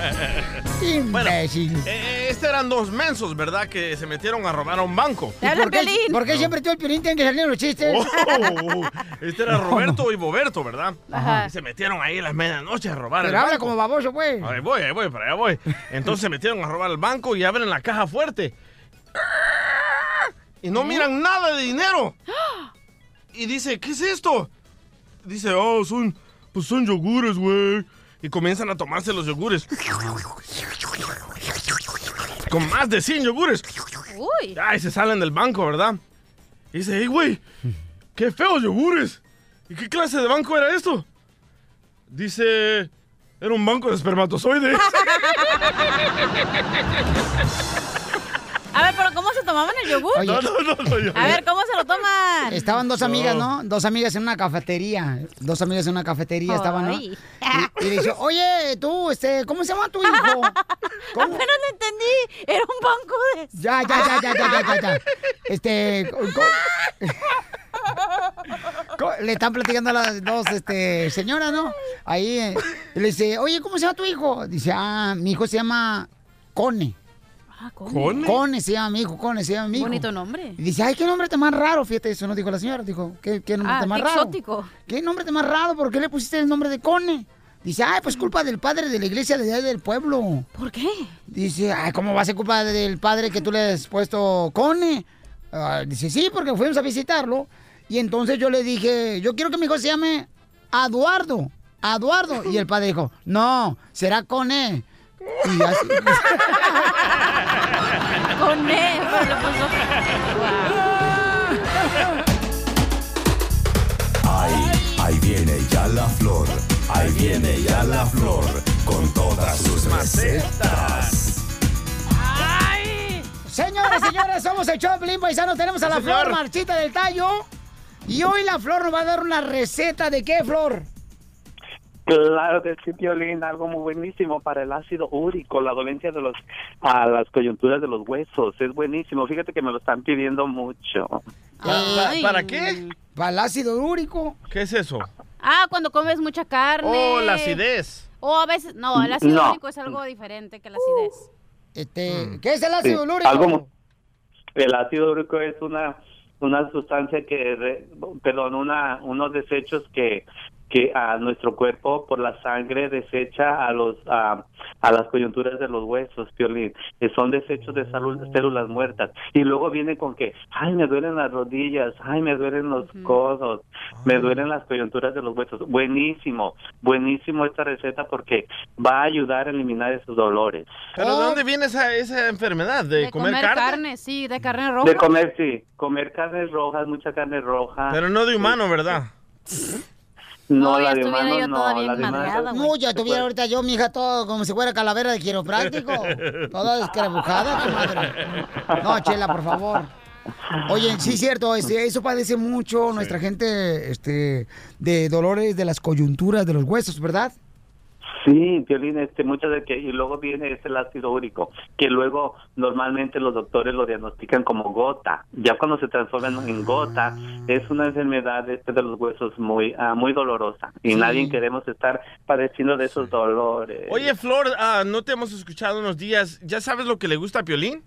(laughs) Imbécil. Eh, este eran dos mensos, ¿verdad? Que se metieron a robar a un banco. ¿Y ¿Por qué, por qué siempre tú el Piolín tiene que salir los chistes? Oh, este era Roberto y Boberto, ¿verdad? Ajá. Y Se metieron ahí a las medianoche a robar el Pero habla banco. como baboso, pues. Ahí voy, ahí voy, para allá voy. Entonces se metieron a robar el banco y abren la caja fuerte. Y no miran nada de dinero. Y dice, ¿qué es esto? Dice, oh, son, pues son yogures, güey. Y comienzan a tomarse los yogures. Con más de 100 yogures. Uy. Ay, se salen del banco, ¿verdad? Y dice, hey, güey, qué feos yogures. ¿Y qué clase de banco era esto? Dice, era un banco (laughs) de espermatozoides. A ver, pero ¿cómo se tomaban el yogur? Oye. No, no, A ver, ¿cómo se lo toman? Estaban dos amigas, ¿no? Dos amigas en una cafetería. Dos amigas en una cafetería estaban, ¿no? Ay. Y, y le dice, (laughs) oye, tú, este, ¿cómo se llama tu hijo? ¿Cómo? Apenas lo entendí. Era un banco de... Ya, ya, ya, ya, ya, ya, ya, ya. Este, ¿cómo- cómo- le están platicando a las dos, este, señoras, ¿no? Ahí eh, y le dice, oye, ¿cómo se llama tu hijo? Dice, ah, mi hijo se llama Cone. (laughs) Ah, Cone. Cone se llama mi hijo, Cone se llama mi hijo. Bonito nombre. Y dice, ay, qué nombre te más raro, fíjate, eso no dijo la señora, dijo, qué, qué nombre Ah, te "Pues, más qué raro. exótico. ¿Qué nombre te más raro? ¿Por qué le pusiste el nombre de Cone? Dice, ay, pues culpa del padre de la iglesia de allá del pueblo. Mm. ¿Por qué? Dice, ay, ¿cómo va a ser culpa del padre que tú le has puesto Cone? Ah, dice, sí, porque fuimos a visitarlo. Y entonces yo le dije, yo quiero que mi hijo se llame Eduardo. Eduardo. Y el padre dijo, no, será Cone. Y (laughs) así. (laughs) Con E, pero le puso- Ahí viene ya la flor, ahí viene ya la flor, con todas sus macetas. Señoras, (laughs) señores, somos el show de Piolín, Paisanos. Tenemos a Sí, la señor. flor marchita del tallo. Y hoy la flor nos va a dar una receta de qué flor. Claro que sí, Piolín, algo muy buenísimo para el ácido úrico, la dolencia de los, a las coyunturas de los huesos, es buenísimo. Fíjate que me lo están pidiendo mucho. Ay. ¿Para qué? Para el ácido úrico. ¿Qué es eso? Ah, cuando comes mucha carne. Oh, la acidez. O a veces... No, el ácido No. úrico es algo diferente que la acidez. Este, ¿Qué es el ácido Sí, úrico? algo mu- el ácido úrico es una una sustancia que re- perdón una unos desechos que que a nuestro cuerpo por la sangre desecha a los a, a las coyunturas de los huesos, Piolín. Eh, Son desechos de Mm. salud- células muertas. Y luego viene con que, ay, me duelen las rodillas, ay, me duelen los codos, me duelen las coyunturas de los huesos. Buenísimo, buenísimo esta receta porque va a ayudar a eliminar esos dolores. ¿Pero de dónde viene esa, esa enfermedad? ¿De, De comer, carne? sí, de carne roja. De comer, sí. Comer carnes rojas, mucha carne roja. Pero no de humano, ¿verdad? No, No, ya la de estuviera humano yo no. todavía la de humano- No, ya tuviera ahorita yo, mija, todo como si fuera calavera de (laughs) quiropráctico. Toda descrebujada, comadre. No, Chela, por favor. Oye, sí, cierto, este, eso padece mucho nuestra gente este, de dolores de las coyunturas de los huesos, ¿verdad? Sí, Piolín, este, muchas de que, y luego viene este el ácido úrico, que luego normalmente los doctores lo diagnostican como gota. Ya cuando se transforman en gota, es una enfermedad este, de los huesos muy, ah, muy dolorosa. Y Sí. nadie queremos estar padeciendo de esos dolores. Oye, Flor, ah, no te hemos escuchado unos días. ¿Ya sabes lo que le gusta a Piolín?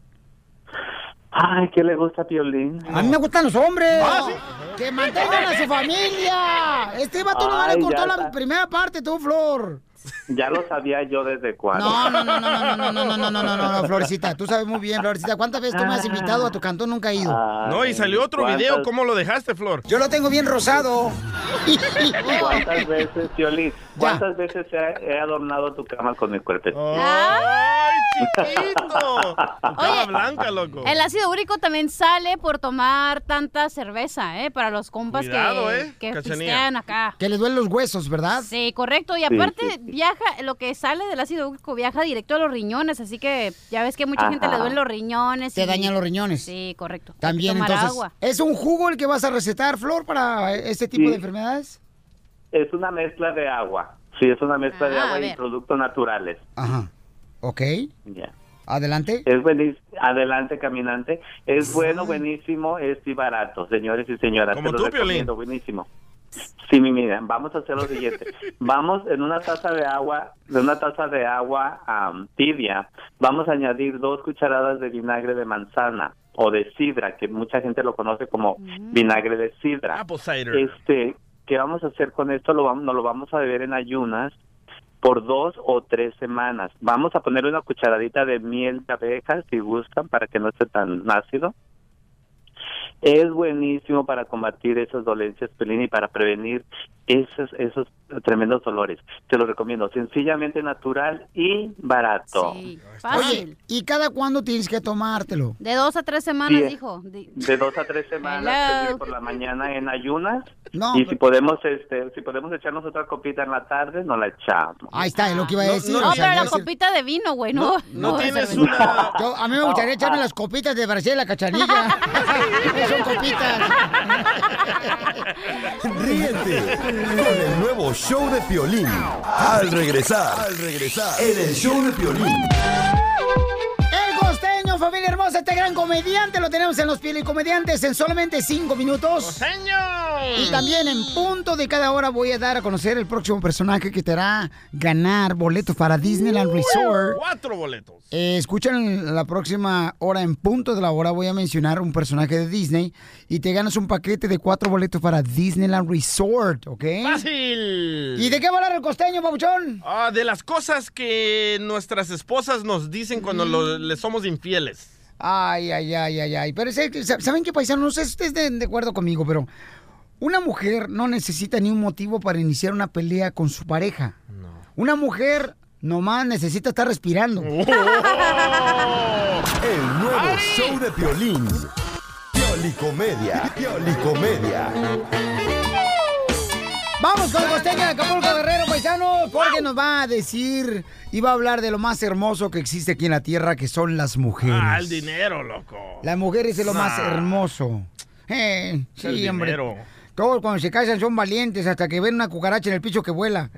Ay, ¿qué le gusta a Piolín? A mí me gustan los hombres. Ah, Que mantengan a su familia. Este vato no va a Ay, cortar ya la está. primera parte, tú, Flor. Ya lo sabía yo desde cuándo. No, no, no, no, no, no, no, no, no, no, no, no, no, Florecita, tú sabes muy bien, Florecita, ¿cuántas veces tú me has invitado a tu cantón? Nunca he ido. No, y salió otro ¿cuántas- video. ¿Cómo lo dejaste, Flor? Yo lo tengo bien rosado. ¿Cuántas veces, Piolín, cuántas veces he, he adornado tu cama con mi cuerpo? ¡Ay, chiquito! (laughs) Oye, blanca, loco. El ácido úrico también sale por tomar tanta cerveza, ¿eh? Para los compas Cuidado, que, ¿eh? que Cachanilla. pistean acá. Que les duelen los huesos, ¿verdad? Sí, correcto. Y aparte viaja, lo que sale del ácido úrico viaja directo a los riñones, así que ya ves que a mucha gente Ajá. le duelen los riñones. Te y- dañan los riñones. Sí, correcto. Hay que También, tomar entonces, agua. ¿es un jugo el que vas a recetar, Flor, para este tipo Sí. de enfermedades? Es una mezcla de agua. Sí, es una mezcla de Ah, a agua y ver. productos naturales. Ajá. Ok, Ya. adelante. Es buenis- Adelante, caminante. Es bueno, buenísimo, es y barato, señores y señoras. Como Te lo tú, Piolín. recomiendo, buenísimo. Sí, mi mira, vamos a hacer lo siguiente. Vamos en una taza de agua, de una taza de agua am, tibia, vamos a añadir dos cucharadas de vinagre de manzana o de sidra, que mucha gente lo conoce como vinagre de sidra. Apple cider. Este, ¿qué vamos a hacer con esto? Lo vamos, nos lo vamos a beber en ayunas por dos o tres semanas. Vamos a ponerle una cucharadita de miel de abejas, si gustan, para que no esté tan ácido. Es buenísimo para combatir esas dolencias, Pelín, y para prevenir esos, esos tremendos dolores. Te lo recomiendo. Sencillamente natural y barato. Oye, ¿y cada cuándo tienes que tomártelo? De dos a tres semanas, Sí. dijo. Di- De dos a tres semanas, Pelín, por la mañana en ayunas. No, y pero- si podemos, este, si podemos echarnos otra copita en la tarde, no la echamos. Ahí está, es lo que iba a No, decir. no, eh, o sea, pero iba a la decir- copita de vino, güey, (laughs) no. de cerveza. Yo- a mí me gustaría echarme las copitas de Brasil la cachanilla. (laughs) Que son copitas. Ríete con el nuevo show de Piolín. Al regresar, al regresar, en el show de Piolín. El costeño, familia hermosa, este gran comediante lo tenemos en los Comediantes en solamente cinco minutos. ¡Costeño! Y también en punto de cada hora voy a dar a conocer el próximo personaje que te hará ganar boletos para Disneyland Resort. Cuatro boletos. Eh, escuchan la próxima hora en punto de la hora voy a mencionar un personaje de Disney y te ganas un paquete de cuatro boletos para Disneyland Resort, ¿ok? ¡Fácil! ¿Y de qué va a hablar el costeño, papuchón? Ah, de las cosas que nuestras esposas nos dicen cuando lo- le somos infieles. Ay, ay, ay, ay, ay. Pero es que, sa- ¿saben qué, paisano? No sé si ustedes estén de acuerdo conmigo, pero una mujer no necesita ni un motivo para iniciar una pelea con su pareja. Una mujer nomás necesita estar (laughs) respirando. Oh. El nuevo show de Piolín. Piolicomedia, Piolicomedia. Vamos con el costeño de Acapulco Guerrero, paisanos, porque nos va a decir y va a hablar de lo más hermoso que existe aquí en la tierra, que son las mujeres. Ah, el dinero, loco. Las mujeres es lo más Nah. hermoso. Eh, Es sí, el hombre. dinero. Todos cuando se casan son valientes hasta que ven una cucaracha en el picho que vuela.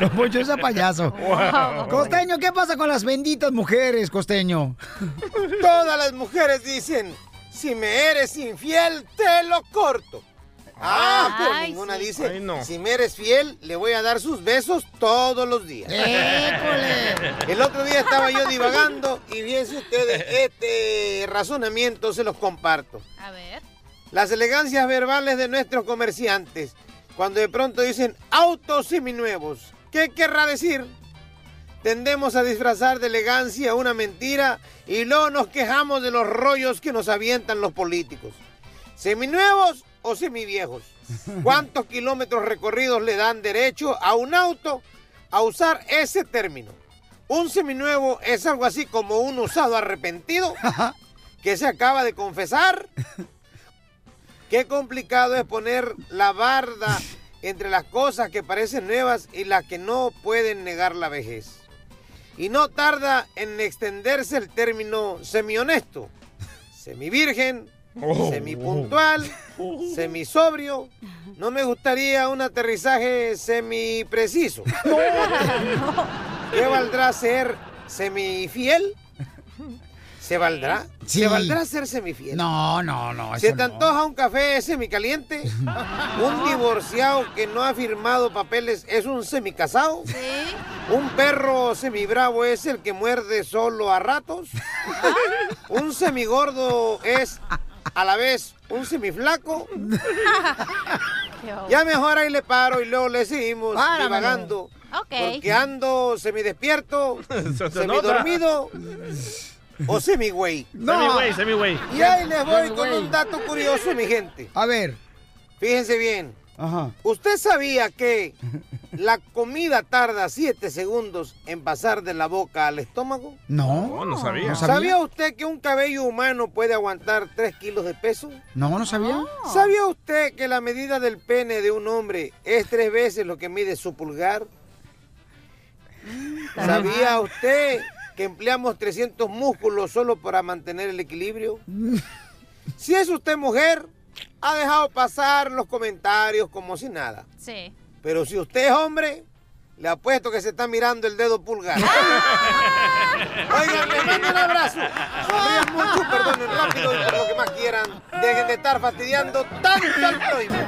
Don Poncho es payaso. (laughs) Wow. Costeño, ¿qué pasa con las benditas mujeres, Costeño? Todas las mujeres dicen, si me eres infiel, te lo corto. Ah, pero Ay, ninguna sí. dice, Ay, no. si me eres fiel, le voy a dar sus besos todos los días. ¡École! El otro día estaba yo divagando y fíjense ustedes, este razonamiento se los comparto. A ver. Las elegancias verbales de nuestros comerciantes, cuando de pronto dicen autos seminuevos, ¿qué querrá decir? Tendemos a disfrazar de elegancia una mentira y luego nos quejamos de los rollos que nos avientan los políticos. ¿Seminuevos o semiviejos? ¿Cuántos kilómetros recorridos le dan derecho a un auto a usar ese término? Un seminuevo es algo así como un usado arrepentido que se acaba de confesar. Qué complicado es poner la barda entre las cosas que parecen nuevas y las que no pueden negar la vejez. Y no tarda en extenderse el término semi-honesto, semi-virgen, Oh. semi-puntual, semi-sobrio. No me gustaría un aterrizaje semi-preciso. ¿Qué valdrá ser semi-fiel? ¿Se valdrá? Sí. ¿Se valdrá ser semi-fiel? No, no, no. ¿Se eso te no. antoja un café (laughs) semicaliente? ¿Un divorciado que no ha firmado papeles es un semicasado? ¿Un perro semibravo es el que muerde solo a ratos? ¿Un semigordo es a la vez un semiflaco? Ya mejor ahí le paro y luego le seguimos Para, divagando. Ok. Porque (laughs) ando semidespierto, (laughs) Se te nota. (laughs) semidormido o semi-güey. Semi güey, semi güey. Y ahí les voy con un dato curioso, mi gente. A ver. Fíjense bien. Ajá. ¿Usted sabía que la comida tarda 7 segundos en pasar de la boca al estómago? No. No, no sabía. ¿No sabía? usted que un cabello humano puede aguantar 3 kilos de peso? No, no sabía. ¿Sabía usted que la medida del pene de un hombre es tres veces lo que mide su pulgar? ¿Sabía usted que empleamos 300 músculos solo para mantener el equilibrio? Si es usted mujer, ha dejado pasar los comentarios como si nada. Sí. Pero si usted es hombre, le apuesto que se está mirando el dedo pulgar. Oigan, les mando un abrazo. Sonrían mucho, perdonen rápido y por lo que más quieran. Dejen de estar fastidiando tanto al prójimo.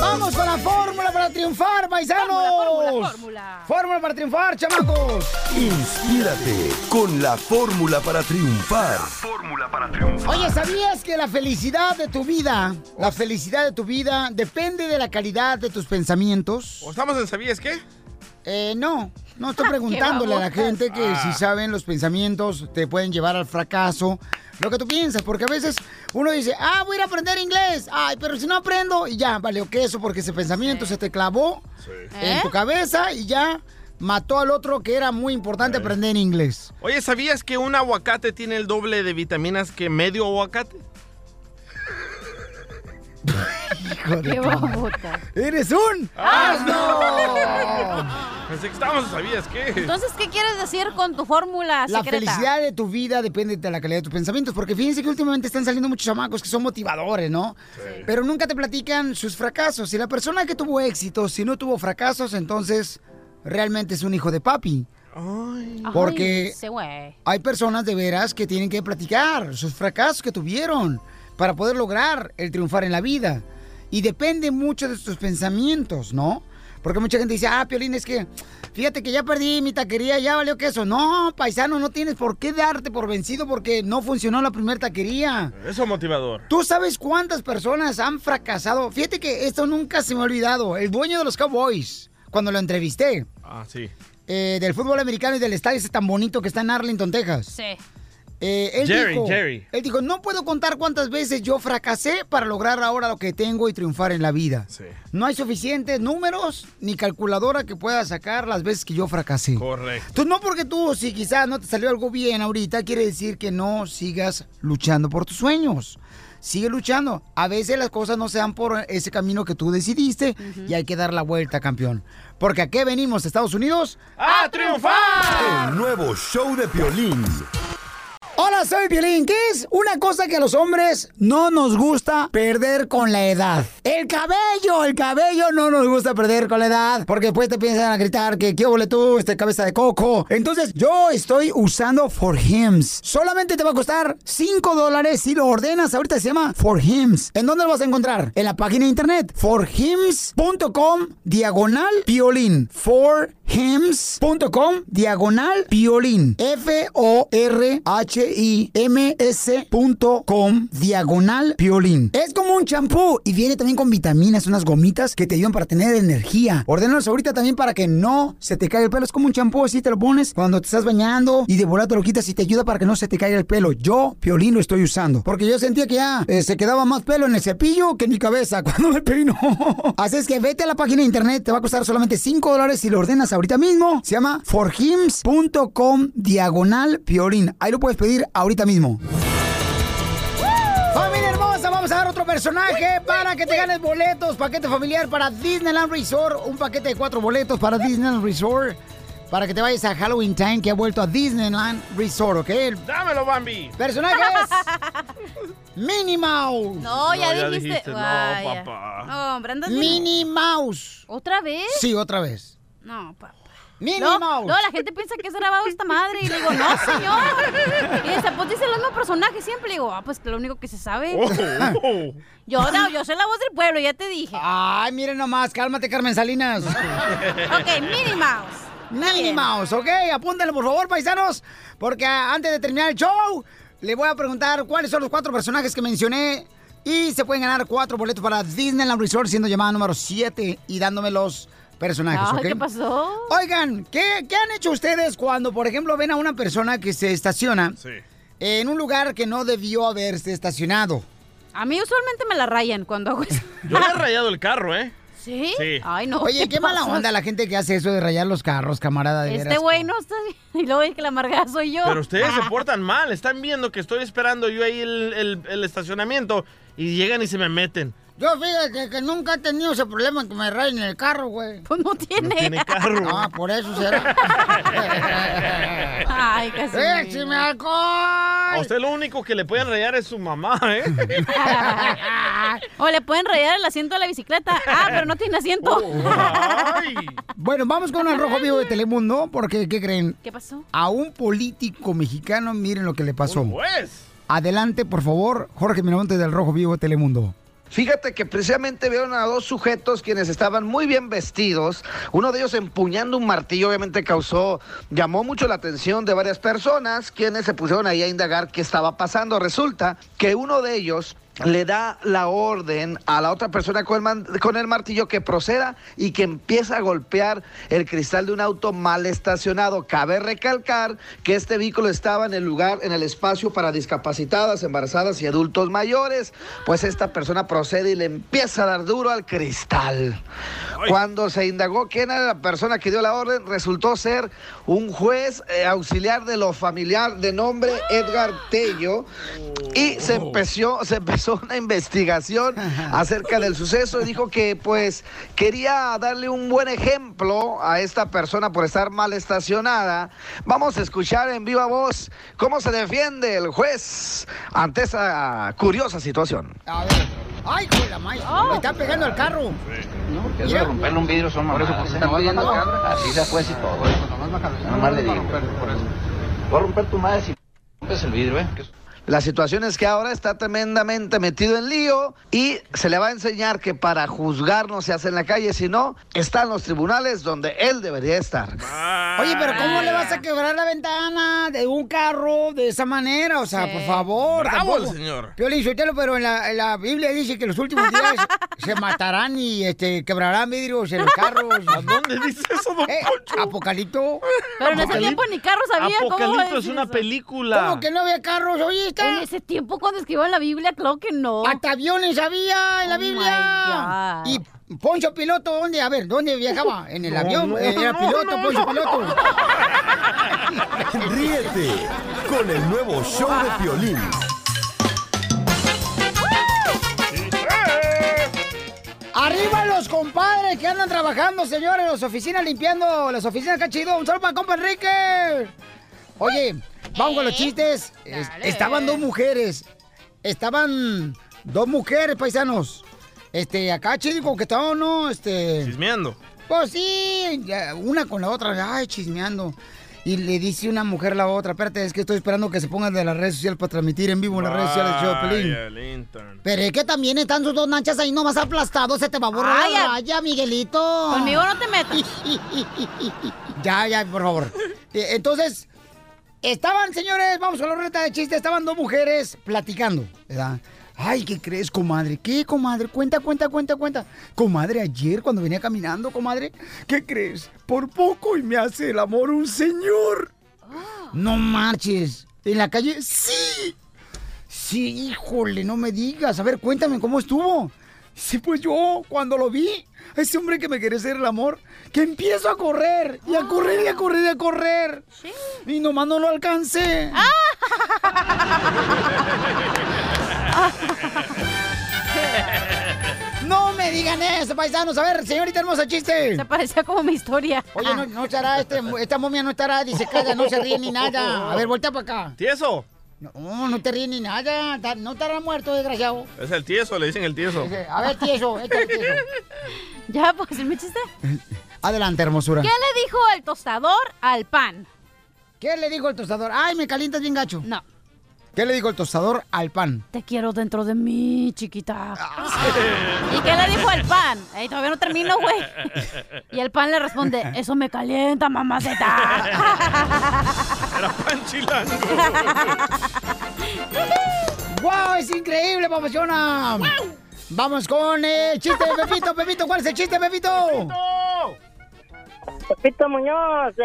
Vamos con la fórmula para triunfar, paisanos. Fórmula, fórmula. para triunfar, chamacos. Inspírate con la fórmula para triunfar. Oye, ¿sabías que la felicidad de tu vida, la felicidad de tu vida depende de la calidad de tus pensamientos? ¿O estamos en sabías qué? Eh, no, no (laughs) estoy preguntándole a la babotas. gente que Ah. si saben los pensamientos te pueden llevar al fracaso. Lo que tú piensas, porque a veces uno dice, ah, voy a ir a aprender inglés. Ay, pero si no aprendo, y ya, valió que eso, porque ese pensamiento se te clavó en ¿Eh? tu cabeza y ya mató al otro que era muy importante aprender inglés. Oye, ¿sabías que un aguacate tiene el doble de vitaminas que medio aguacate? Hijo de (laughs) Qué tu madre. ¡Eres un Ah, asno! (laughs) Pensé que estábamos en sabías qué. Entonces, ¿qué quieres decir con tu fórmula La secreta? felicidad de tu vida depende de la calidad de tus pensamientos, porque fíjense que últimamente están saliendo muchos chamacos que son motivadores, ¿no? Pero nunca te platican sus fracasos. Si la persona que tuvo éxito, si no tuvo fracasos, entonces realmente es un hijo de papi. Ay, Porque- ese güey. Hay personas de veras que tienen que platicar sus fracasos que tuvieron para poder lograr el triunfar en la vida. Y depende mucho de tus pensamientos, ¿no? Porque mucha gente dice, ah, Piolín, es que fíjate que ya perdí mi taquería, ya valió queso. No, paisano, no tienes por qué darte por vencido porque no funcionó la primera taquería. Eso motivador. ¿Tú sabes cuántas personas han fracasado? Fíjate que esto nunca se me ha olvidado. El dueño de los Cowboys, cuando lo entrevisté, Ah, sí. eh, del fútbol americano y del estadio ese tan bonito que está en Arlington, Texas. Sí. Eh, él Jerry, dijo, Jerry. Él dijo, no puedo contar cuántas veces yo fracasé para lograr ahora lo que tengo y triunfar en la vida. No hay suficientes números ni calculadora que pueda sacar las veces que yo fracasé. Correcto. Entonces, no porque tú, si quizás no te salió algo bien ahorita, quiere decir que no sigas luchando por tus sueños. Sigue luchando. A veces las cosas no se dan por ese camino que tú decidiste y hay que dar la vuelta, campeón. Porque ¿a qué venimos, Estados Unidos? ¡A triunfar! El nuevo show de Piolín. Hola, soy Piolín. ¿Qué es una cosa que a los hombres no nos gusta perder con la edad? El cabello, el cabello no nos gusta perder con la edad, porque después te piensan a gritar que qué huele tú, este cabeza de coco. Entonces, yo estoy usando For Hims. Solamente te va a costar 5 dólares si lo ordenas. Ahorita se llama For Hims. ¿En dónde lo vas a encontrar? En la página de internet, forhims.com diagonal piolín. Forhims.com diagonal piolín. F-O-R-H-I-M-S.com diagonal piolín. Es como un champú y viene también con vitaminas, unas gomitas que te ayudan para tener energía. Ordenalos ahorita también para que no se te caiga el pelo. Es como un champú, así te lo pones cuando te estás bañando y de volada te lo quitas y te ayuda para que no se te caiga el pelo. Yo, piolín, lo estoy usando porque yo sentía que ya eh, se quedaba más pelo en el cepillo que en mi cabeza (laughs) cuando me peino. Así es que vete a la página de internet, te va a costar solamente 5 dólares si lo ordenas ahorita mismo. Se llama forhims.com diagonal piolín. Ahí lo puedes pedir ahorita mismo. Familia hermosa, vamos a dar otro personaje para que te ganes boletos, paquete familiar para Disneyland Resort, un paquete de cuatro boletos para Disneyland Resort, para que te vayas a Halloween Time que ha vuelto a Disneyland Resort, ¿ok? El Dámelo, Bambi. personaje (laughs) es Minnie Mouse. No, ya, dijiste. Vaya. Oh, papá. No, hombre, andas Minnie Mouse. ¿Otra vez? Sí, otra vez. No, papá. Minnie no, Mouse. No, la gente piensa que es grabado esta madre. Y le digo, no, señor. Y dice, pues dice los mismos personajes siempre. Le digo, ah, pues que lo único que se Oh, sabe. Yo, no, yo soy la voz del pueblo, ya te dije. Ay, miren nomás, cálmate, Carmen (laughs) Salinas. ok, Minnie Mouse. Minnie Mouse, ok, apúntale por favor, paisanos, porque ah, antes de terminar el show, le voy a preguntar cuáles son los cuatro personajes que mencioné y se pueden ganar cuatro boletos para Disneyland Resort siendo llamada número 7 y dándome los personajes, Ay, ¿ok? ¿qué pasó? Oigan, ¿qué, qué han hecho ustedes cuando, por ejemplo, ven a una persona que se estaciona en un lugar que no debió haberse estacionado? A mí usualmente me la rayan cuando hago eso. Yo le he rayado el carro, ¿eh? ¿Sí? Sí. Ay, no. Oye, qué mala pasas? onda la gente que hace eso de rayar los carros, camarada. De Este veras. güey no está bien. (laughs) Y luego el que la amargada soy yo. Ah. Pero ustedes se portan mal, están viendo que estoy esperando yo ahí el, el- el estacionamiento y llegan y se me meten. Yo fíjate que nunca he tenido ese problema que me rayen el carro, güey. Pues no tiene. No tiene carro. (laughs) Ah, por eso será. (laughs) Eh, Ay, casi. ¡Écheme Ah. alcohol! A usted lo único que le pueden rayar es su mamá, ¿eh? O le pueden rayar el asiento de la bicicleta. Ah, pero no tiene asiento. Oh, Bueno, vamos con el rojo vivo de Telemundo, porque, ¿qué creen? ¿Qué pasó? A un político mexicano, miren lo que le pasó. Pues. Adelante, por favor, Jorge Miramontes del Rojo Vivo de Telemundo. Fíjate que precisamente vieron a dos sujetos quienes estaban muy bien vestidos, uno de ellos empuñando un martillo, obviamente causó, llamó mucho la atención de varias personas, quienes se pusieron ahí a indagar qué estaba pasando. Resulta que uno de ellos le da la orden a la otra persona con el, man- con el martillo que proceda y que empieza a golpear el cristal de un auto mal estacionado. Cabe recalcar que este vehículo estaba en el lugar, en el espacio para discapacitadas, embarazadas y adultos mayores. Pues esta persona procede y le empieza a dar duro al cristal. Cuando se indagó quién era la persona que dio la orden, resultó ser un juez eh, auxiliar de lo familiar de nombre Edgar Tello y se empezó, se empezó una investigación acerca del suceso y dijo que pues quería darle un buen ejemplo a esta persona por estar mal estacionada. Vamos a escuchar en viva voz cómo se defiende el juez ante esa curiosa situación. ¡Ay, con la maíz! Oh. Me están pegando al carro. Eso de romperle un vidrio son mamadas, ¿eh? Nomás bájalo. Así se fue y todo, ¿eh? Nomás le digo. Voy a romper tu madre si rompes el vidrio, ¿eh? La situación es que ahora está tremendamente metido en lío y se le va a enseñar que para juzgar no se hace en la calle, sino está en los tribunales donde él debería estar. Oye, pero ¿cómo le vas a quebrar la ventana de un carro de esa manera? O sea, Sí. por favor. Bravo tampoco. el señor. Piolín Sotelo, pero en la, en la Biblia dice que en los últimos días se matarán y este, quebrarán vidrios en los carros. ¿A dónde dice eso, don Apocalipto. Pero en ese tiempo ni carro sabía. ¿cómo va a Apocalipto es decir una eso? película. ¿Cómo que no había carros, oíste? En ese tiempo cuando escribieron la Biblia, claro que no. Oh Hasta aviones había en la Biblia. Y Poncho Piloto, ¿dónde? A ver, ¿dónde viajaba? En el No, avión. eh, no, Era no, piloto, no, Poncho no. Piloto. (laughs) Ríete con el nuevo show de violín. Arriba los compadres que andan trabajando, señores, las oficinas limpiando, las oficinas, qué chido. Un saludo para el compa Enrique. Oye, vamos con los chistes. Es- Estaban dos mujeres. Estaban dos mujeres, paisanos. Este, acá chido, como que estaban, ¿no? Este. Chismeando. Pues sí, ya, una con la otra, ay, chismeando. Y le dice una mujer a la otra, espérate, es que estoy esperando que se pongan de las redes sociales para transmitir en vivo en las redes sociales de Pelín. Vaya, el intern. Pero es que también están sus dos nanchas ahí nomás aplastados, se te va a borrar Ay, la a- raya, Miguelito. Conmigo no te metas. (laughs) ya, ya, por favor. Eh, Entonces, estaban, señores, vamos a la reta de chiste, estaban dos mujeres platicando, ¿verdad? Ay, ¿qué crees, comadre? ¿Qué, comadre? Cuenta, cuenta, cuenta, cuenta. Comadre, ayer cuando venía caminando, comadre, ¿qué crees? Por poco y me hace el amor un señor. Ah. No marches. ¿En la calle? Sí. Sí, híjole, no me digas. A ver, cuéntame cómo estuvo. Sí, pues yo, cuando lo vi, a ese hombre que me quería hacer el amor, que empiezo a correr, y a correr, y a correr, y a correr. Y nomás no lo alcancé. Ah. No me digan eso, paisanos. A ver, señorita hermosa, chiste. Se parecía como mi historia. Oye, no, no estará, este- esta momia no estará disecada, no se ríe ni nada. A ver, voltea para acá. ¿Tieso? No, no te ríes ni nada. Ta- No estará muerto, desgraciado. Es el tieso, le dicen el tieso. (laughs) A ver, tieso, échale tieso. Ya, pues, mi chiste. (laughs) Adelante, hermosura. ¿Qué le dijo el tostador al pan? ¿Qué le dijo el tostador? Ay, me calientas bien gacho. No. ¿Qué le dijo el tostador al pan? Ah. Te quiero dentro de mí, chiquita. (laughs) ¿Y qué le dijo el pan? Ey, todavía no termino, (laughs) güey. Y el pan le responde, eso me calienta, mamaceta. Era pan chilango. ¡Wow! ¡Es increíble, papachona! Vamos con el (laughs) chiste de Pepito. Pepito, ¿cuál es el chiste, Pepito? Pepito Muñoz, de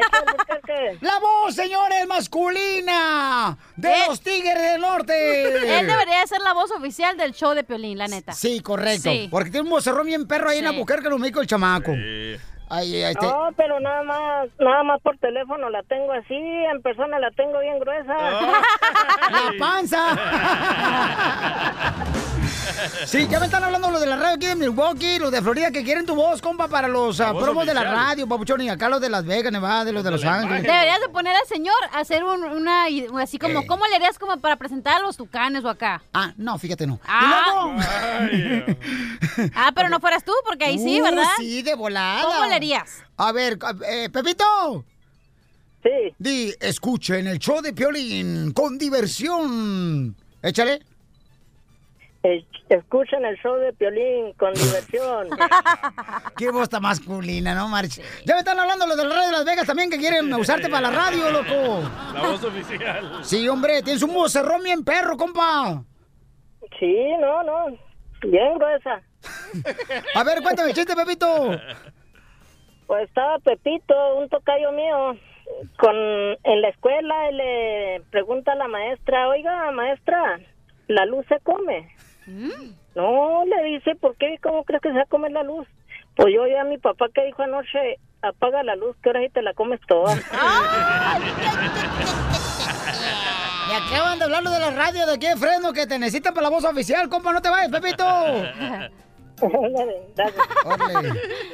¡La voz, señores, masculina! ¡De los Tigres del Norte! Eh, (laughs) Él debería ser la voz oficial del show de Piolín, la neta. Sí, correcto. Sí. Porque tiene un mozorrón bien perro ahí en Sí. Albuquerque, que lo médico el chamaco. Ay, ay, ay, este- No, pero nada más, nada más por teléfono la tengo así, en persona la tengo bien gruesa. (laughs) ¡La panza! Sí, ya me están hablando los de la radio aquí de Milwaukee, los de Florida que quieren tu voz, compa, para los ah, voz promos de la oficial. radio, papuchón, y acá los de Las Vegas, Nevada, de los de Los Ángeles. Deberías de poner al señor a hacer un- una, y- así como, Eh. ¿cómo le harías como para presentar a los tucanes o acá? Ah, no, fíjate, no. Ah, Ah, pero no fueras tú, porque ahí sí, Uh, ¿verdad? Sí, de volada. ¿Cómo le harías? A ver, eh, Pepito. Sí. Di, escuchen el show de Piolín con diversión. Échale. Eh, Escuchen el show de Piolín con diversión. (laughs) Qué voz tan masculina, ¿no, March? Ya me están hablando los de la radio de Las Vegas también que (laughs) quieren usarte para la radio, loco. La voz oficial. Sí, hombre, tienes un vocerrón bien perro, compa. Sí, no, no. Bien gruesa. A ver, cuéntame el chiste, Pepito. Pues estaba Pepito, un tocayo mío, con en la escuela y le pregunta a la maestra, oiga, maestra, ¿la luz se come? No, le dice, ¿por qué? ¿Cómo crees que se va a comer la luz? Pues yo ya a mi papá que dijo anoche, apaga la luz, que ahora sí te la comes toda. Me acaban de hablar los de la radio de aquí de Fresno que te necesitan para la voz oficial, compa, no te vayas, Pepito. Órale,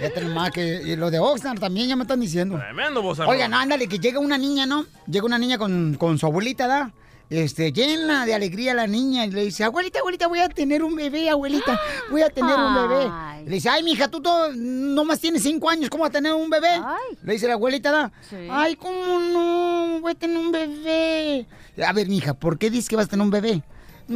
ya tenemos más que y los de Oxnard también ya me están diciendo. Tremendo vozarrón. Oigan, ándale, que llega una niña, ¿no? Llega una niña con, con su abuelita, ¿da? Este, llena de alegría la niña y le dice, abuelita, abuelita, voy a tener un bebé, abuelita, voy a tener un bebé. Le dice, ay, mija, tú to- nomás tienes cinco años, ¿cómo vas a tener un bebé? Le dice la abuelita, ¿da? Ay, ¿cómo no? Voy a tener un bebé. A ver, mija, ¿por qué dices que vas a tener un bebé?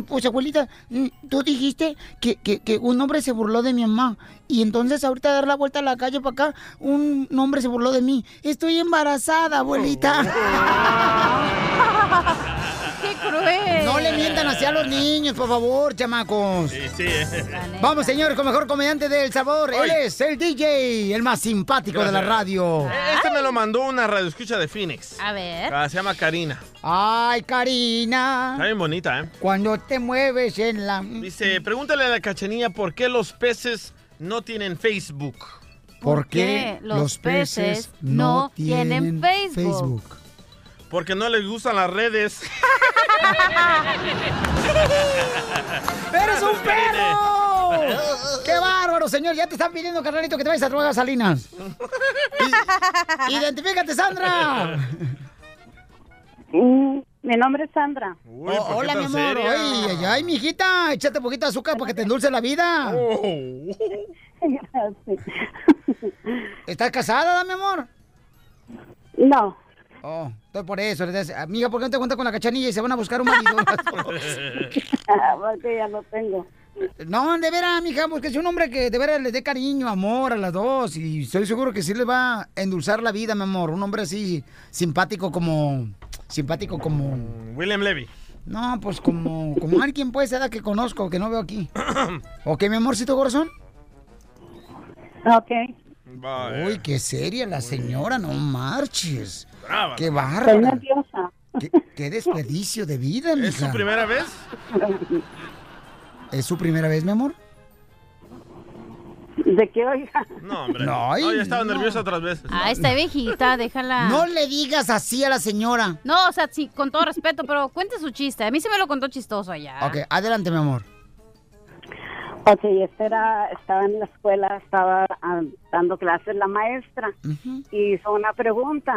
Pues, abuelita, mm, tú dijiste que, que- que un hombre se burló de mi mamá. Y entonces, ahorita, dar la vuelta a la calle para acá, un hombre se burló de mí. Estoy embarazada, abuelita. (laughs) ¡Qué Oh, cruel! (laughs) No le mientan hacia los niños, por favor, chamacos. Sí, eh. sí. Vamos, señores, con mejor comediante de El Salvador. Él es el DJ, el más simpático de la Gracias. radio. Eh, Este me lo mandó una radioescucha de Phoenix. A ver. Ah, se llama Karina. Ay, Está Karina, bien bonita, ¿eh? cuando te mueves en la... (laughs) Dice, pregúntale a la cachanilla por qué los peces no tienen Facebook. ¿Por qué los peces no tienen Facebook? Porque no les gustan las (laughs) redes. ¡Eres un perro! ¡Qué bárbaro, señor! Ya te están pidiendo, carnalito, que te vayas a drogas salinas. I- ¡Identifícate, Sandra! Mm, Mi nombre es Sandra. Oh, hola, mi amor. Ay, ay, ay, mijita, échate poquito de azúcar para que te endulce la vida. Oh. ¿Estás casada, mi amor? No. Oh, estoy por eso. le das- Amiga, ¿por qué no te juntas con la cachanilla y se van a buscar un (laughs) marido? Porque ya lo tengo. no, de veras, mija, porque es un hombre que de veras le dé cariño, amor a las dos. Y estoy seguro que sí le va a endulzar la vida, mi amor. Un hombre así simpático como... Simpático como... William Levy. No, pues como, como alguien puede ser que conozco, que no veo (coughs) aquí. Ok, mi amorcito corazón. Ok. Uy, qué seria la señora, no marches. Brava. Qué Estoy bárbara. nerviosa. Qué, qué desperdicio de vida, mija. ¿Es su primera vez? ¿Es su primera vez, mi amor? ¿De qué oiga? No, hombre. No, ay, ya estaba no. nerviosa otras (laughs) veces. Ah, está viejita, déjala. No le digas así a la señora. No, o sea, sí, con todo respeto, pero cuente su chiste. A mí se me lo contó chistoso allá. Ok, adelante, mi amor. Ok, esta era, estaba en la escuela, estaba ah, dando clases la maestra y hizo una pregunta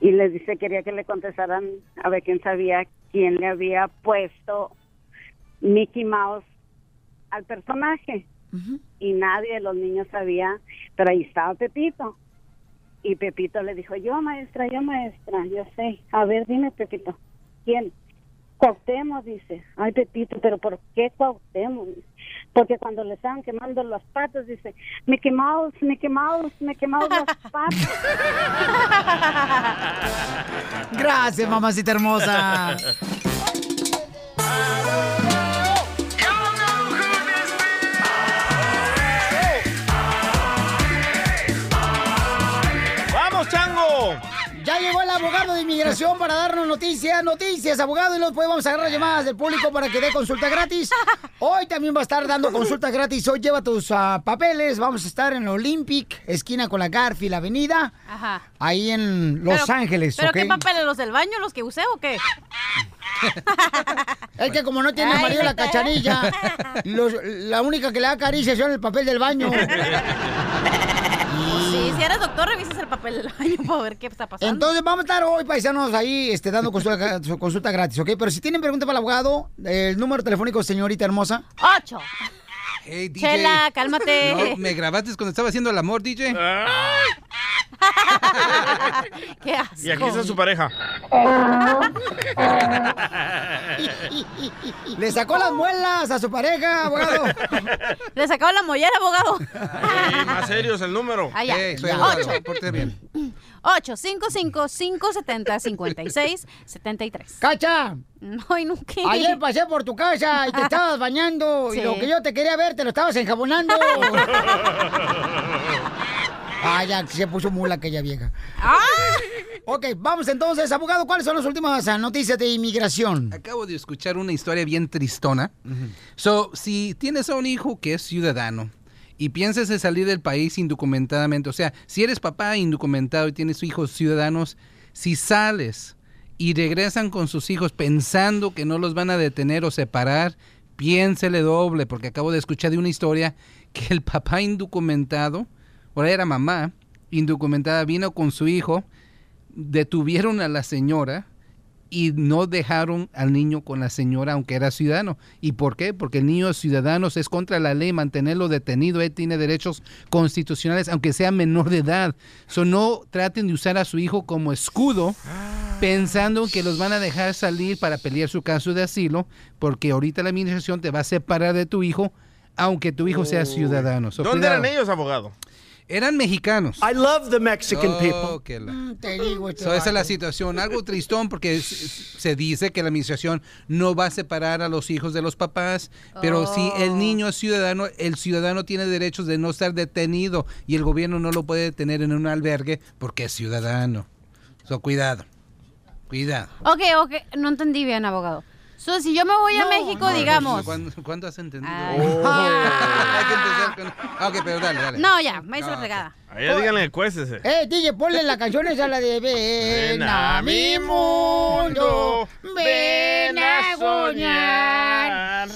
y les dice, quería que le contestaran a ver quién sabía quién le había puesto Mickey Mouse al personaje. Y nadie de los niños sabía, pero ahí estaba Pepito. Y Pepito le dijo, yo maestra, yo maestra, yo sé. A ver, dime Pepito, ¿quién? Cuauhtémoc, dice. Ay, Pepito, ¿pero por qué Cuauhtémoc? Porque cuando le estaban quemando los patos, dice, Mickey Mouse, Mickey Mouse, Mickey Mouse, los patos. (laughs) Gracias, mamacita hermosa. ¡Vamos, chango! Ya llegó el abogado de inmigración para darnos noticias, noticias, abogado, y luego podemos agarrar llamadas del público para que dé consulta gratis. Hoy también va a estar dando consulta gratis. Hoy lleva tus ah, papeles. Vamos a estar en Olympic, esquina con la Garfield Avenida, (laughs) Ajá. ahí en Los Pero- Ángeles. ¿Pero ¿ok? qué papeles? ¿Los del baño? ¿Los que usé o qué? (laughs) Es que como no tiene Ay, marido la neta. (laughs) cachanilla, los- la única que le da caricias son el papel del baño. Pues sí, si eres doctor, revisas el papel del baño para ver qué está pasando. Entonces vamos a estar hoy, paisanos, ahí este, dando consulta, su consulta gratis, ¿ok? Pero si tienen preguntas para el abogado, el número telefónico, señorita hermosa. (laughs) Ocho. Hey, DJ. Chela, cálmate. No, me grabaste cuando estaba haciendo el amor, DJ. ¿Qué haces? Ah, Y aquí (laughs) está su pareja. Le sacó las muelas a su pareja, abogado. (laughs) Le sacó la mollera, abogado. Y más serios el número. Ah, ya. Ey, soy Ya. abogado, Ocho. pórtate bien. 855-570-5673. ¡Cacha! No, y nunca. Ayer pasé por tu casa y te estabas bañando Sí. y lo que yo te quería ver te lo estabas (laughs) enjabonando. Ay, ya se puso mula aquella vieja. Ah. Ok, vamos entonces, abogado, ¿cuáles son las últimas ah, noticias de inmigración? Acabo de escuchar una historia bien tristona. So, si tienes a un hijo que es ciudadano y piensas en salir del país indocumentadamente, o sea, si eres papá indocumentado y tienes hijos ciudadanos, si sales y regresan con sus hijos pensando que no los van a detener o separar, piénsele doble, porque acabo de escuchar de una historia que el papá indocumentado, ahora era mamá, indocumentada, vino con su hijo, detuvieron a la señora y no dejaron al niño con la señora aunque era ciudadano. ¿Y por qué? Porque el niño ciudadano es contra la ley mantenerlo detenido, él tiene derechos constitucionales aunque sea menor de edad. So, no traten de usar a su hijo como escudo pensando que los van a dejar salir para pelear su caso de asilo porque ahorita la administración te va a separar de tu hijo aunque tu hijo sea ciudadano. So, ¿Dónde eran cuidado. ellos, abogado? Eran mexicanos. I love the Mexican Oh, people. Te digo, este So, esa es la vato. situación. Algo tristón porque s- s- se dice que la administración no va a separar a los hijos de los papás, pero si el niño es ciudadano, el ciudadano tiene derechos de no estar detenido y el gobierno no lo puede detener en un albergue porque es ciudadano. So, cuidado. Cuidado. Ok, ok, no entendí bien, abogado. So, si yo me voy a México, digamos. ¿Cuándo, cuándo has entendido? Ah. (laughs) Hay que empezar con- Ah, Ok, pero dale, dale. No, ya, me hizo No, la ok. regada. Allá díganle, cuéstese. Eh, DJ, ponle la canción esa, la de Ven a mi mundo, ven a soñar.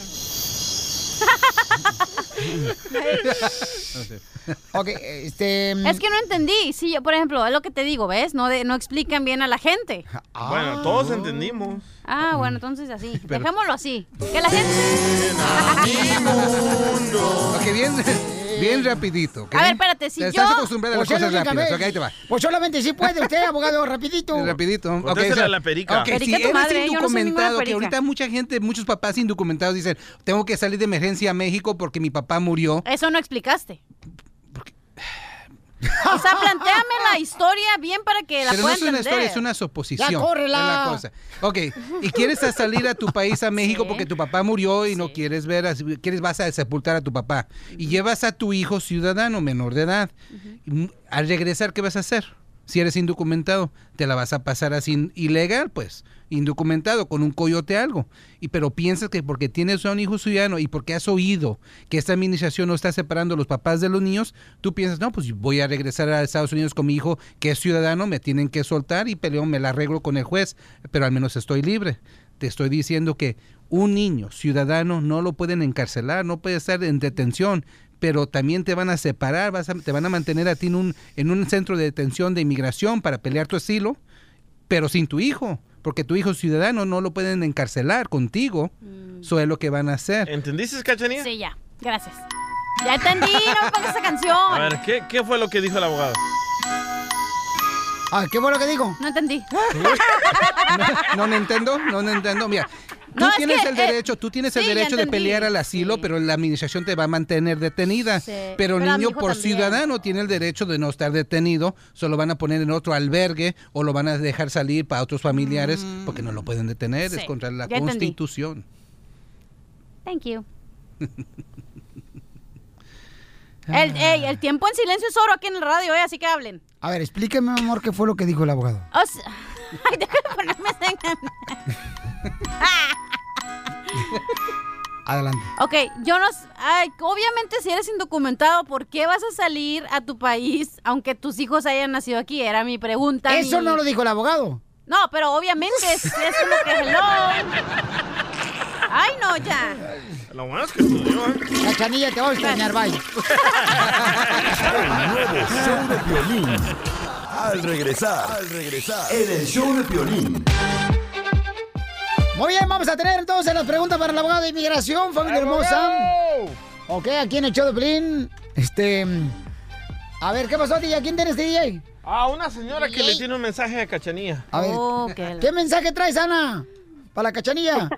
Ok, este... mm. Es que no entendí. Sí, yo, por ejemplo, es lo que te digo, ¿ves? No, de- no explican bien a la gente. Ah. Bueno, todos entendimos. Ah, bueno, entonces (laughs) así. Pero- Dejémoslo así. Que la gente. Ok, bien, bien rapidito. ¿ok? A ver, espérate, si Estás yo- acostumbrada a las Pues es la cosas única rápidas. vez. Ok, ahí te va. Pues solamente sí puede (laughs) usted, abogado, rapidito. Rapidito. Ok, Contésela o sea, a la perica. ok, Perica si tu eres madre, yo no soy indocumentado, ninguna que perica. ahorita mucha gente, muchos papás indocumentados dicen, tengo que salir de emergencia a México porque mi papá murió. Eso no explicaste. O sea, planteame la historia bien para que Eh, la Pero no pueda es una entender. historia, es una suposición. Ya, córrela. Es la cosa. Ok, y quieres a salir a tu (laughs) país, a México, porque tu papá murió y no quieres ver, a- quieres vas a sepultar a tu papá. Y llevas a tu hijo ciudadano menor de edad. Y mu- Al regresar, ¿qué vas a hacer? Si eres indocumentado, te la vas a pasar así ilegal, pues, indocumentado, con un coyote algo. Y pero piensas que porque tienes a un hijo ciudadano y porque has oído que esta administración no está separando a los papás de los niños, tú piensas, no, pues voy a regresar a Estados Unidos con mi hijo que es ciudadano, me tienen que soltar y peleo, me la arreglo con el juez, pero al menos estoy libre. Te estoy diciendo que un niño ciudadano no lo pueden encarcelar, no puede estar en detención, pero también te van a separar, vas a- te van a mantener a ti en un, en un centro de detención de inmigración para pelear tu asilo, pero sin tu hijo, porque tu hijo ciudadano no lo pueden encarcelar contigo. Mm. Eso es lo que van a hacer. ¿Entendiste, Cachanía? Sí, ya. Gracias. Ya entendí, no me pongas esa A canción. ver, ¿qué, ¿qué fue lo que dijo el abogado? Ah, ¿qué fue lo que dijo? No entendí. No, no entiendo, no no entiendo. Mira, tú No, es tienes que, el eh, derecho, tú tienes el sí, ya derecho de entendí. pelear al asilo, pero la administración te va a mantener detenida. Sí, pero Pero a el mi niño hijo por también. ciudadano tiene el derecho de no estar detenido, solo van a poner en otro albergue o lo van a dejar salir para otros familiares porque no lo pueden detener, Mm. Sí, es contra la ya entendí. Constitución. (laughs) Thank you. Ah. El, eh. ey, el tiempo en silencio es oro aquí en el radio, eh, así que hablen. A ver, explíqueme, mi amor, qué fue lo que dijo el abogado. O sea- ay, déjame ponerme esa- Adelante. Ok, yo no. s- ay, obviamente, si eres indocumentado, ¿por qué vas a salir a tu país aunque tus hijos hayan nacido aquí? Era mi pregunta. Eso mi- no lo dijo el abogado. (laughs) No, pero obviamente es, es lo (laughs) que hello. Ay, no, ya. Lo bueno es que estudió, ¿eh? Cachanilla, te voy a extrañar, bye. El nuevo show de violín. Al regresar, al regresar, en el show de violín. Muy bien, vamos a tener entonces las preguntas para el abogado de inmigración, (laughs) familia hermosa. Ok, aquí en el show de Pelín. Este. A ver, ¿qué pasó, DJ? ¿Quién tienes, DJ? Ah, una señora que le tiene un mensaje a Cachanía. A ver. Oh, Oh, ¿Qué mensaje traes, Ana? Para la cachanilla.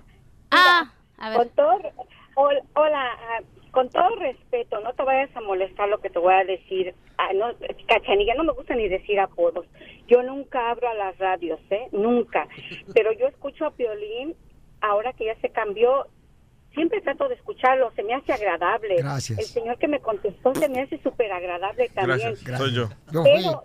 Ah, Con todo, re- hol- hola, ah, con todo respeto, no te vayas a molestar lo que te voy a decir. Ah, no, cachanilla, no me gusta ni decir apodos. Yo nunca abro a las radios, ¿eh? Nunca. (laughs) Pero yo escucho a Piolín, ahora que ya se cambió, siempre trato de escucharlo, se me hace agradable. Gracias. El señor que me contestó se me hace súper agradable también. Gracias, soy yo. Yo fui. Pero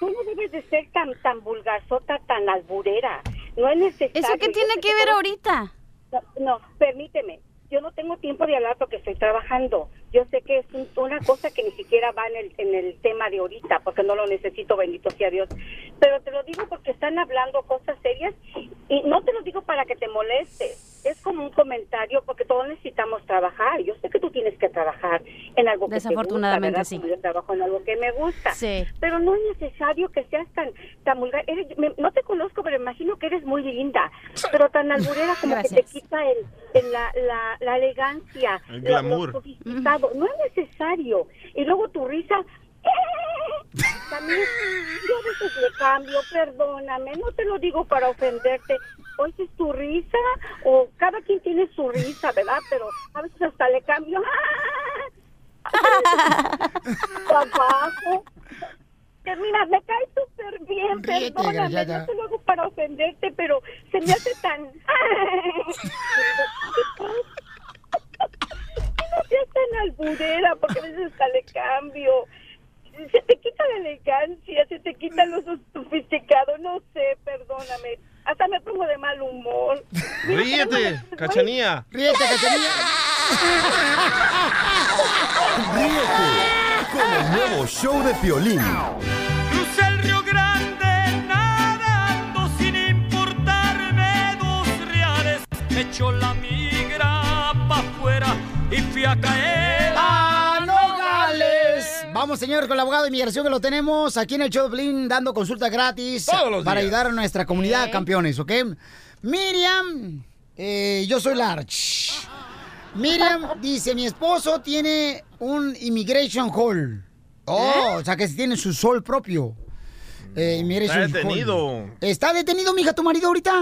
tú no debes de ser tan tan vulgarzota, tan alburera. No es necesario. ¿Eso qué Yo tiene sé que ver todo- ahorita? No, no, permíteme. Yo no tengo tiempo de hablar porque estoy trabajando. Yo sé que es un- una cosa que ni siquiera va en el, en el tema de ahorita, porque no lo necesito, bendito sea Dios. Pero te lo digo porque están hablando cosas serias y no te lo digo para que te molestes. Es como un comentario porque todos necesitamos trabajar. Yo sé que tú tienes que trabajar en algo que te gusta, Desafortunadamente, ¿verdad? sí. Como Yo trabajo en algo que me gusta. Sí. Pero no es necesario que seas tan, tan vulgar. Eres- me- no te conozco, pero imagino que eres muy linda. Pero tan alburera como que te quita el, el- la, la, la elegancia. El lo- lo glamour. sofisticado. No es necesario. Y luego tu risa... ¡eh! También yo a veces le cambio, perdóname, no te lo digo para ofenderte. Hoy es tu risa, o cada quien tiene su risa, ¿verdad? Pero a veces hasta le cambio. ¡ah! Trabajo. Que mira, me cae súper bien, Ríete, perdóname, Gallarda. no te lo hago para ofenderte, pero se me hace tan... (laughs) no seas tan albudera, porque a veces hasta le cambio. Se te quita la elegancia, se te quita lo sofisticado, no sé, perdóname. Hasta me pongo de mal humor. Ríete, Cachanía. Ríete, Cachanilla. (laughs) Ríete con el nuevo show de violín. Crucé el Río Grande nadando sin importarme dos reales. Me echó la migra pa' afuera y fui a caer. ¡A Nogales! Vamos, señor, con el abogado de inmigración que lo tenemos aquí en el show de Blin, dando consulta gratis Todos los para días. ayudar a nuestra comunidad, Ok. campeones, ¿ok? Miriam, eh, yo soy Larch. Miriam dice, mi esposo tiene un immigration hall. ¿Eh? Oh, o sea que tiene su sol propio. Eh, immigration hall. detenido. ¿Está detenido, mija, tu marido ahorita?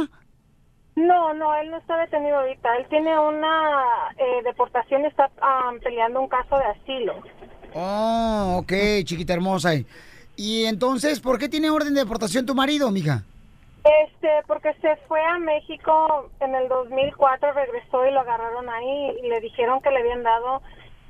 No, no, él no está detenido ahorita. Él tiene una eh, deportación y está ah, peleando un caso de asilo. Oh, ok, chiquita hermosa. Y entonces, ¿por qué tiene orden de deportación tu marido, mija? Este, porque se fue a México en el 2004, regresó y lo agarraron ahí y le dijeron que le habían dado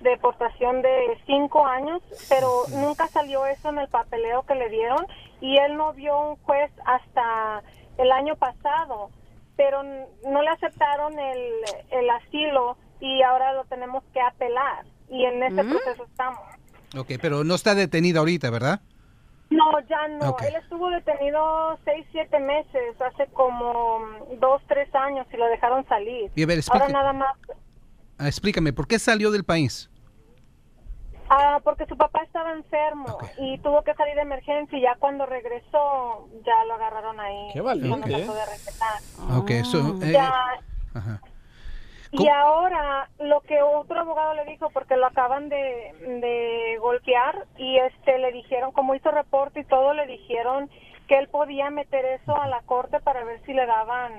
deportación de cinco años, pero nunca salió eso en el papeleo que le dieron y él no vio un juez hasta el año pasado, pero n- no le aceptaron el, el asilo y ahora lo tenemos que apelar y en ese ¿Mm? proceso estamos. Ok, pero no está detenido ahorita, ¿verdad? No, ya no. Ok. Él estuvo detenido seis, siete meses, hace como mm, dos, tres años y lo dejaron salir. Y a ver, Ahora explica- nada más, Ah, explícame, ¿por qué salió del país? ah, porque su papá estaba enfermo y tuvo que salir de emergencia y ya cuando regresó ya lo agarraron ahí. Qué valiente, Ya no trató ¿eh? de respetar. Ok, so, eh, Mm, Ya, ajá. Y ¿Cómo? ahora lo que otro abogado le dijo, porque lo acaban de, de golpear y este le dijeron, como hizo reporte y todo, le dijeron que él podía meter eso a la corte para ver si le daban,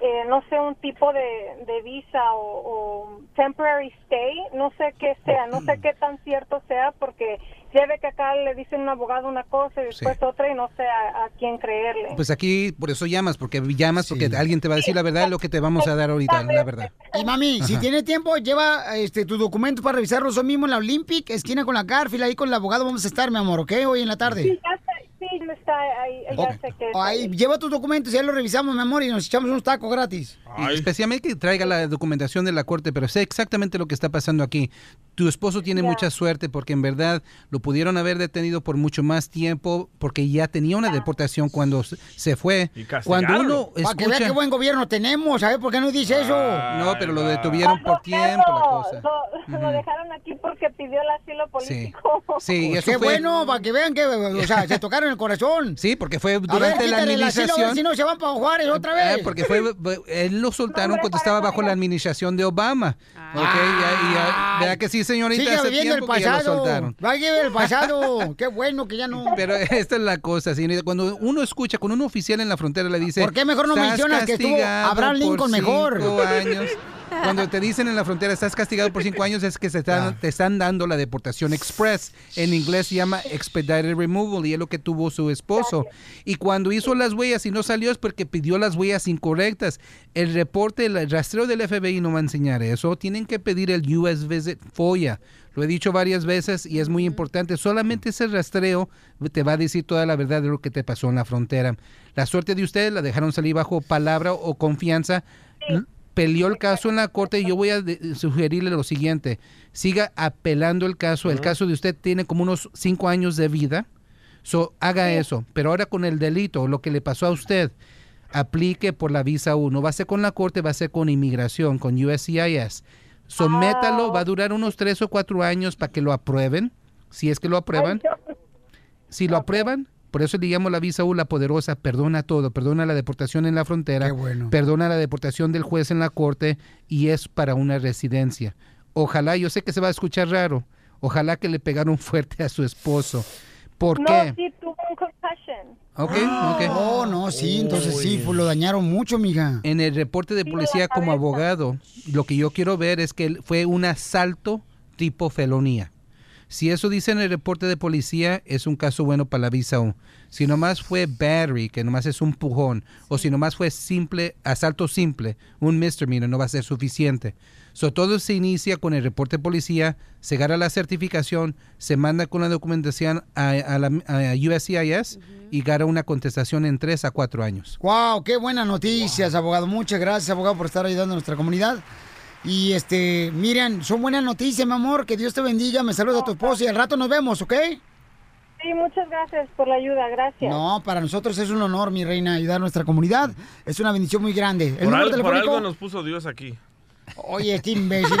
eh, no sé, un tipo de, de visa o, o temporary stay, no sé qué sea, no sé qué tan cierto sea, porque ya ve que acá le dicen un abogado una cosa y después otra y no sé a, a quién creerle. Pues aquí por eso llamas, porque llamas porque alguien te va a decir la verdad, lo que te vamos a dar ahorita, la verdad. Y mami, si Ajá. tiene tiempo, lleva este, tus documentos para revisarlos hoy mismo en la Olympic, esquina con la Garfield, ahí con el abogado vamos a estar, mi amor, ¿ok? Hoy en la Sí, tarde. ya sé, sí, ya está ahí, ya Ok. sé que... Ahí, lleva tus documentos, ya los revisamos, mi amor, y nos echamos unos tacos gratis. Y especialmente que traiga la documentación de la corte, pero sé exactamente lo que está pasando aquí. Tu esposo tiene Ya. mucha suerte porque en verdad lo pudieron haber detenido por mucho más tiempo porque ya tenía una deportación cuando se- se fue. Cuando uno Para que vea qué escucha... (laughs) Ah, buen gobierno tenemos, ¿sabes por qué no dice eso? No, pero lo detuvieron por tiempo la cosa. Lo, lo Ujú. dejaron aquí porque pidió el asilo Sí. político. Sí, Pues eso qué fue- bueno, para que vean que, o sea, (laughs) se tocaron el corazón. Sí, porque fue A ver, durante la quítale el asilo, a ver administración. si no se van para Juárez otra vez. Ah, (laughs) porque fue, fue- él lo soltaron cuando estaba bajo la administración de Obama. Ok, ya- ya- ¿verdad que sí, señorita? Sigue Hace viviendo el tiempo que ya lo pasado. soltaron. Va a vivir el pasado. (laughs) Qué bueno que ya no. Pero (laughs) esta es la cosa, señorita. Cuando uno escucha con un oficial en la frontera, le dice. ¿Por qué mejor no "Estás mencionas que estuvo castigado Abraham Lincoln por mejor? cinco años". Cuando te dicen en la frontera, estás castigado por cinco años, es que se están- te están dando la deportación express. En inglés se llama expedited removal y es lo que tuvo su esposo. Y cuando hizo las huellas y no salió es porque pidió las huellas incorrectas. El reporte, el rastreo del FBI no va a enseñar eso. Tienen que pedir el US Visit FOIA. Lo he dicho varias veces y es muy importante. Solamente ese rastreo te va a decir toda la verdad de lo que te pasó en la frontera. La suerte de ustedes la dejaron salir bajo palabra o confianza. L- Peleó el caso en la corte y yo voy a de- sugerirle lo siguiente. Siga apelando el caso. El caso de usted tiene como unos cinco años de vida. So, haga eso. Pero ahora con el delito, lo que le pasó a usted, aplique por la visa 1. Va a ser con la corte, va a ser con inmigración, con USCIS. Sométalo, va a durar unos tres o cuatro años para que lo aprueben. Si es que lo aprueban. Si lo aprueban, por eso le llamo la visa U la poderosa, perdona todo, perdona la deportación en la frontera, perdona la deportación del juez en la corte y es para una residencia. Ojalá, yo sé que se va a escuchar raro, ojalá que le pegaron fuerte a su esposo. ¿Por No, qué? sí, tuvo un concussion. Ok, ok. Oh, no, sí, entonces sí, pues, lo dañaron mucho, mija. En el reporte de policía como abogado, lo que yo quiero ver es que él- fue un asalto tipo felonía. Si eso dice en el reporte de policía, es un caso bueno para la visa U. Si nomás fue battery, que nomás es un pujón, o si nomás fue simple, asalto simple, un misdemeanor, no va a ser suficiente. So, todo se inicia con el reporte de policía, se gana la certificación, se manda con la documentación a, a la, a USCIS y gana una contestación en tres a cuatro años. Wow, qué buenas noticias, abogado. Muchas gracias, abogado, por estar ayudando a nuestra comunidad. Y este, miren, son buenas noticias, mi amor. Que Dios te bendiga. Me saluda a tu esposo y al rato nos vemos, ¿ok? Sí, muchas gracias por la ayuda, gracias. No, para nosotros es un honor, mi reina, ayudar a nuestra comunidad. Es una bendición muy grande. El Por, número al- por telefónico- algo nos puso Dios aquí. Oye, este (laughs) imbécil,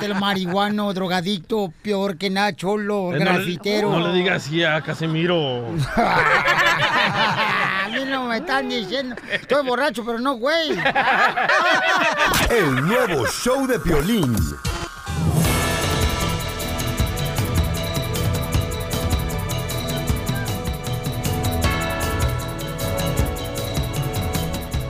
el marihuano, drogadicto, peor que Nacho, lo Eh, no le- grafitero. No, le digas así a (laughs) Casemiro. A mí no me están diciendo. Estoy borracho, pero no, güey. El nuevo show de Piolín.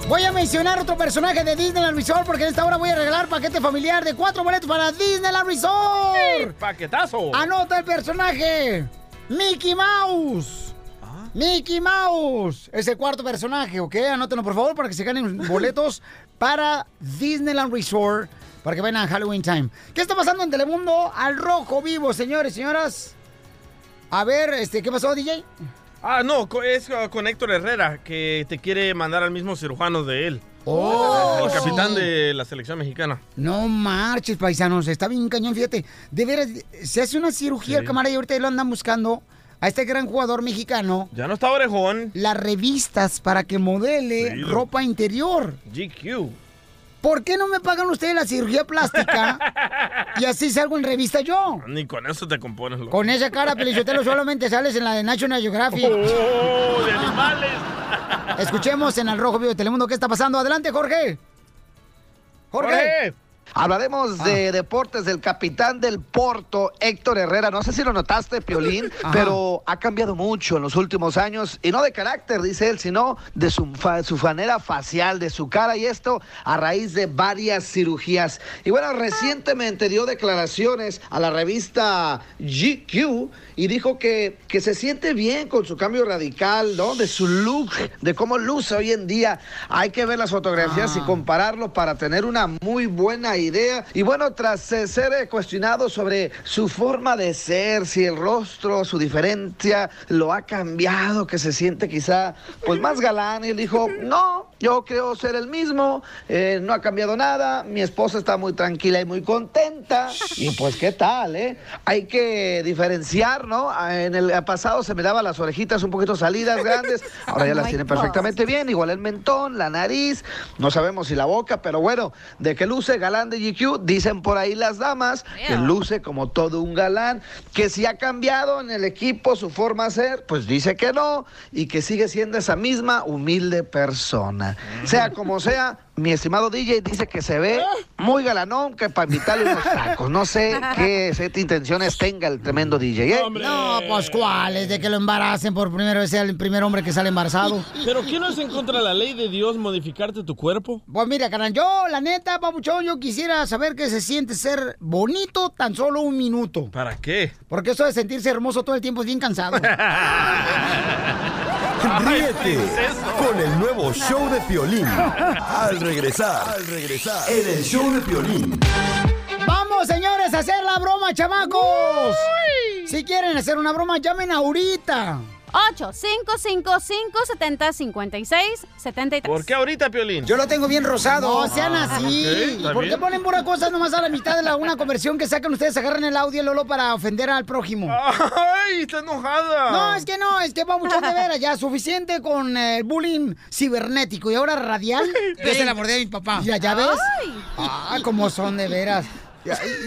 Voy a mencionar otro personaje de Disneyland Resort porque en esta hora voy a regalar paquete familiar de cuatro boletos para Disneyland Resort. ¡Paquetazo! Anota el personaje. Mickey Mouse. Mickey Mouse es el cuarto personaje, ¿ok? Anótenlo por favor para que se ganen boletos para Disneyland Resort para que vayan a Halloween Time. ¿Qué está pasando en Telemundo al rojo vivo, señores y señoras? A ver, este, ¿qué pasó, DJ? Ah, no, co- es ah, con Héctor Herrera, que te quiere mandar al mismo cirujano de él. Oh. El capitán de la selección mexicana. No marches, paisanos, está bien cañón, fíjate. De veras, se hace una cirugía el Sí. camarada y ahorita lo andan buscando a este gran jugador mexicano. Ya no está orejón. Las revistas para que modele Sí. ropa interior. GQ. ¿Por qué no me pagan ustedes la cirugía (laughs) plástica y así salgo en revista yo? Ni con eso te compones, loco. Con esa cara, Pelichotelo, solamente sales en la de National Geographic. ¡Oh, de animales! Escuchemos en el Rojo Vivo de Telemundo qué está pasando. Adelante, Jorge. Jorge. Hablaremos de deportes del capitán del Porto, Héctor Herrera. No sé si lo notaste, Piolín, Ajá. pero ha cambiado mucho en los últimos años. Y no de carácter, dice él, sino de su, fa- su manera facial, de su cara. Y esto a raíz de varias cirugías. Y bueno, recientemente dio declaraciones a la revista GQ y dijo que, que se siente bien con su cambio radical, ¿no? De su look, de cómo luce hoy en día. Hay que ver las fotografías y compararlo para tener una muy buena idea. Y bueno, tras eh, ser eh, cuestionado sobre su forma de ser, si el rostro, su diferencia lo ha cambiado, que se siente quizá pues más galán, y él dijo, no, yo creo ser el mismo, eh, no ha cambiado nada, mi esposa está muy tranquila y muy contenta. Y pues, ¿qué tal, eh? Hay que diferenciar, ¿no? Ah, En el pasado se me daban las orejitas un poquito salidas grandes, (laughs) ahora ya Oh las my tiene God. perfectamente bien, igual el mentón, la nariz, no sabemos si la boca, pero bueno, de que luce galán de GQ, dicen por ahí las damas, que luce como todo un galán, que si ha cambiado en el equipo su forma de ser, pues dice que no, y que sigue siendo esa misma humilde persona. Ah. Sea como sea, mi estimado DJ dice que se ve muy galanón, que para invitarle unos tacos. No sé (laughs) qué set- intenciones tenga el tremendo DJ. ¿eh? No, pues cuáles, de que lo embaracen por primera vez, sea el primer hombre que sale embarazado. (laughs) ¿Pero qué no es en contra de la ley de Dios modificarte tu cuerpo? Pues mira, carnal, yo, la neta, papuchón, yo quisiera saber qué se siente ser bonito tan solo un minuto. ¿Para qué? Porque eso de sentirse hermoso todo el tiempo es bien (laughs) cansado. Ríete con el nuevo show de Piolín. Al regresar, al regresar, en el show de Piolín. ¡Vamos, señores, a hacer la broma, chamacos! Si quieren hacer una broma, llamen ahorita. 8-555-70-56-73. ¿Por qué ahorita, Piolín? Yo lo tengo bien rosado. No sean así. ok, está ¿Por qué bien. ponen pura cosa nomás a la mitad de la una conversión que sacan ustedes? Agarran el audio, Lolo, para ofender al prójimo. ¡Ay, está enojada! No, es que no, es que vamos de veras ya. Suficiente con eh, el bullying cibernético y ahora (laughs) radial. Yo se la mordé a mi papá. Ya, ya ves. Ah, cómo son de veras.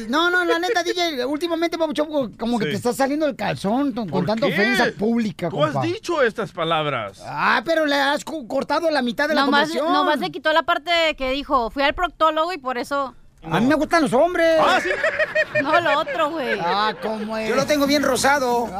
No, no, la neta, DJ, últimamente, Papuchón, como que Sí. te está saliendo el calzón con, con tanta ¿Qué? ofensa pública, Tú has compa. dicho estas palabras. Ah, pero le has co- cortado la mitad de la Nomás, conversión. nomás le quitó la parte de que dijo, fui al proctólogo y por eso... A mí me gustan los hombres. No, lo otro, güey. Ah, ¿cómo es? Yo lo tengo bien rosado. Es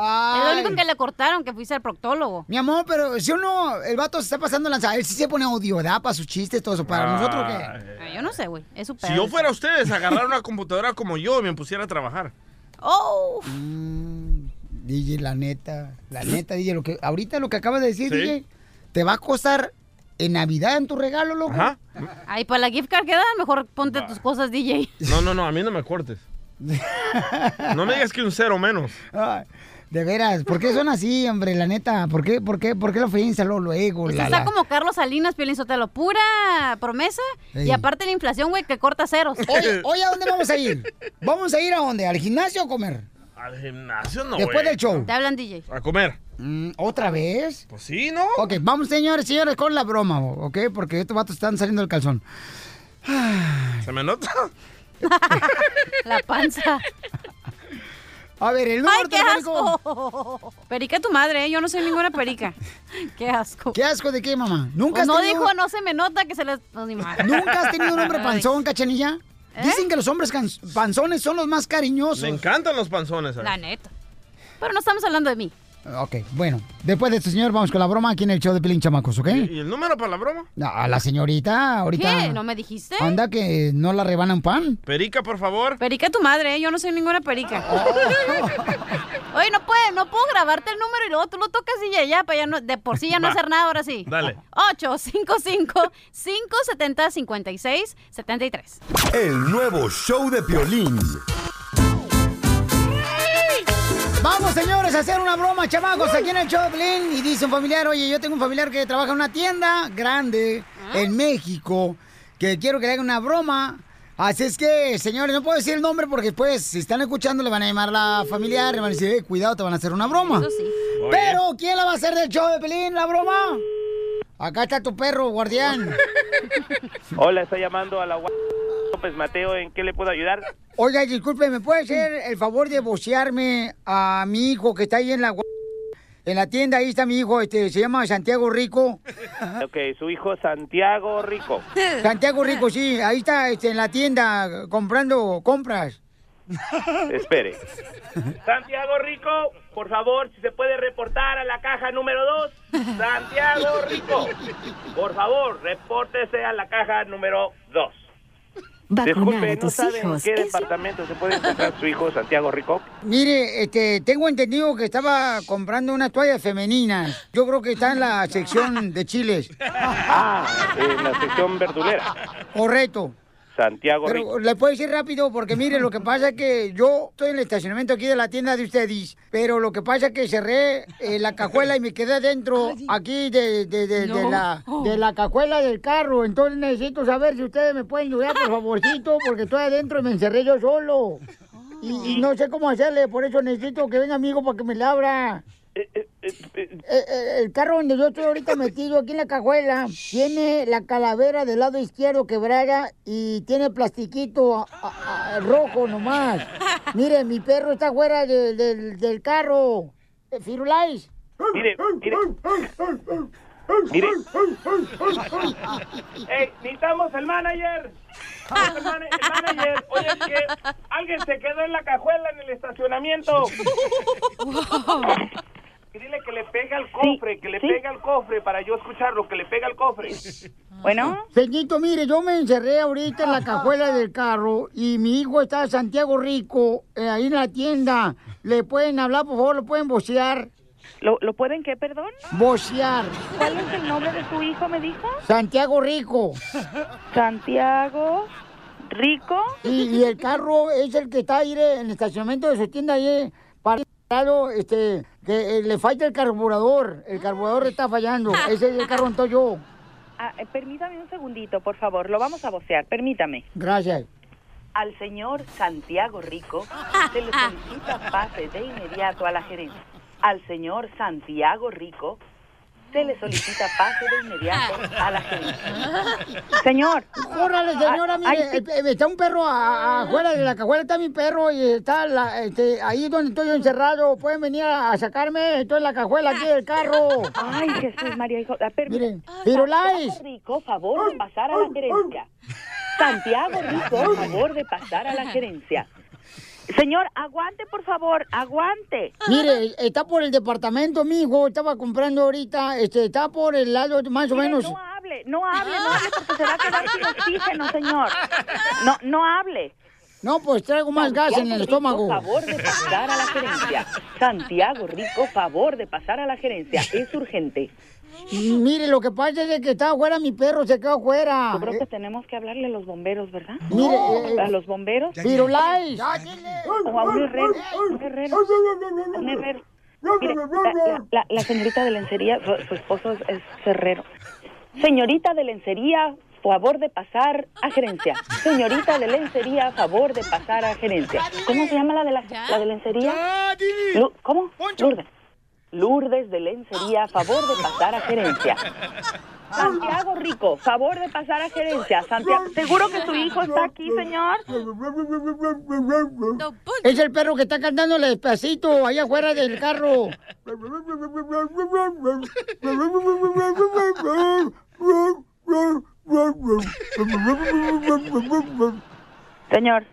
lo único que le cortaron, que fuiste al proctólogo. Mi amor, pero si uno, el vato se está pasando lanza, él sí se pone audio, ¿verdad? Para sus chistes, todo eso. Para nosotros, ¿qué? Ah, Yo no sé, güey. Es súper. Si yo fuera ustedes, agarrar una computadora como yo y me pusiera a trabajar. ¡Oh! DJ, Mm, la neta, la neta, DJ, lo que, ahorita lo que acabas de decir, Sí. DJ, te va a costar en Navidad en tu regalo, loco. Ay, para la gift card que dan, mejor ponte tus cosas, DJ. No, no, no, a mí no me cortes. No me digas que un cero menos. Ay, de veras, ¿por qué son así, hombre? La neta, ¿por qué, por qué, por qué la ofensa, lo, lo ego, Usted la, Pues está la- como Carlos Salinas, Piolín Sotelo, pura promesa. Ey. Y aparte la inflación, güey, que corta ceros. Oye, hoy a dónde vamos a ir? ¿Vamos a ir a dónde? ¿Al gimnasio o a comer? Al gimnasio no. Después güey. del show. Te hablan, DJ. A comer. Mm, ¿Otra vez? Pues sí, ¿no? Ok, vamos, señores, señores, con la broma, ¿ok? Porque estos vatos están saliendo del calzón. ¿Se (laughs) me nota? La panza. A ver, el número ¡Ay, qué asco! Perica tu madre, ¿eh? yo no soy ninguna perica. (laughs) ¡Qué asco! ¿Qué asco de qué, mamá? Nunca Pues has no tenido- dijo, no se me nota que se le... No, ni madre. (laughs) ¿Nunca has tenido un hombre Ay. ¿Eh? panzón, cachanilla? Dicen que los hombres can- panzones son los más cariñosos. Me encantan los panzones. eh. ¿sabes? La neta. Pero no estamos hablando de mí. Ok, bueno. Después de esto, señor, vamos con la broma aquí en el show de Pelín Chamacos, ¿ok? ¿Y el número para la broma? No, A la señorita, Ah, ahorita. ¿Qué? ¿No me dijiste? Anda que no la rebanan pan. Perica, por favor. Perica tu madre, ¿eh? yo no soy ninguna perica. Oye, no, puede, no puedo grabarte el número y luego tú lo tocas y ya, ya, para ya no, de por sí ya no Va. hacer nada, ahora sí. Dale. 855-570-5673. El nuevo show de Piolín. Vamos, señores, a hacer una broma, chamacos, aquí en el show de Pelín. Y dice un familiar, oye, yo tengo un familiar que trabaja en una tienda grande ¿Ah? en México, que quiero que le haga una broma. Así es que, señores, no puedo decir el nombre porque después, si están escuchando, le van a llamar la familiar, le van a decir, "Eh, cuidado, te van a hacer una broma. Eso sí. Oye. Pero, ¿quién la va a hacer del show de Pelín, la broma? Acá está tu perro, guardián. Hola, está llamando a la gua- López Mateo, ¿en qué le puedo ayudar? Oiga, disculpe, ¿me puede hacer el favor de vocearme a mi hijo que está ahí en la gua- En la tienda ahí está mi hijo, este, se llama Santiago Rico. Ok, su hijo Santiago Rico. Santiago Rico, sí, ahí está este, en la tienda comprando compras. Espere. Santiago Rico, por favor, si se puede reportar a la caja número 2. Santiago Rico, por favor, repórtese a la caja número 2. Vacunar Disculpe, a ¿no tus saben en hijos qué es departamento se puede encontrar su hijo Santiago Rico? Mire, este, tengo entendido que estaba comprando unas toallas femeninas. Yo creo que está en la sección de chiles. Ah, en la sección verdulera. Correcto. Santiago Rico. Pero le puedo decir rápido porque mire, lo que pasa es que yo estoy en el estacionamiento aquí de la tienda de ustedes, pero lo que pasa es que cerré eh, la cajuela y me quedé dentro aquí de, de- de- de No. la, de la cajuela del carro. Entonces necesito saber si ustedes me pueden ayudar, por favorcito, porque estoy adentro y me encerré yo solo. Y, y no sé cómo hacerle, por eso necesito que venga amigo para que me le abra. Eh, eh, el carro donde yo estoy ahorita metido, aquí en la cajuela, tiene la calavera del lado izquierdo quebrada y tiene plastiquito a- a- a- rojo nomás. Mire, mi perro está fuera de- del- del carro. Eh, ¿Firulais? Mire, mire. Mire. Ey, necesitamos el manager. El, man- el manager. Oye, es que alguien se quedó en la cajuela en el estacionamiento. Y Dile que le pega al cofre, que le pega al cofre para yo escuchar lo que le pega al cofre. Bueno. Peñito, mire, yo me encerré ahorita en la cajuela del carro y mi hijo está en Santiago Rico, eh, ahí en la tienda. ¿Le pueden hablar, por favor? ¿Lo pueden vocear? ¿Lo, pueden qué, perdón? Vocear. ¿Cuál es el nombre de tu hijo, me dijo? Santiago Rico. Santiago Rico. Y, y el carro es el que está ahí eh, en el estacionamiento de su tienda ahí eh, parado, este, que eh, le falta el carburador. El carburador está fallando. Ese es el carro entonces yo. Ah, eh, permítame un segundito, por favor. Lo vamos a vocear, permítame. Gracias. Al señor Santiago Rico se le solicita pase de inmediato a la gerencia. Al señor Santiago Rico se le solicita pase de inmediato a la gerencia. Señor. Órale, señora, Ay, mire, Ah, ay, sí. Ah. eh, eh, está un perro a- a- afuera de la cajuela, está mi perro y está la- este, ahí donde estoy yo encerrado. Pueden venir a, a sacarme, estoy en la cajuela aquí del carro. Ay, Jesús María, hijo. ah, per- Miren, Firulais. Santiago Rico, favor de pasar a la gerencia. Santiago Rico, favor de pasar a la gerencia. Señor, aguante, por favor, aguante. Mire, está por el departamento, mijo, estaba comprando ahorita, este, está por el lado más o Mire, menos. No hable, no hable, no hable porque se va a quedar sin oxígeno, señor. No, no hable. No, pues traigo más gas en el Rico, estómago. favor de pasar a la gerencia. Santiago Rico, favor de pasar a la gerencia. Es urgente. M- Mire, lo que pasa es de que está afuera mi perro, se quedó afuera. Yo creo que tenemos que hablarle a los bomberos, ¿verdad? Mire, eh, a los bomberos. Firulais. O a un herrero. Un herrero. Un herrero. Mire, la, la- la- la señorita de lencería, su, su esposo es, es herrero. Señorita de lencería, favor de pasar a gerencia. Señorita de lencería, favor de pasar a gerencia. ¿Cómo se llama la de la, la de lencería? Lu- ¿Cómo? Lourdes. Lourdes de lencería, favor de pasar a gerencia. Santiago Rico, favor de pasar a gerencia. Santiago, ¿seguro que su hijo está aquí, señor? pues. Es el perro que está cantándole despacito allá afuera del carro. Señor.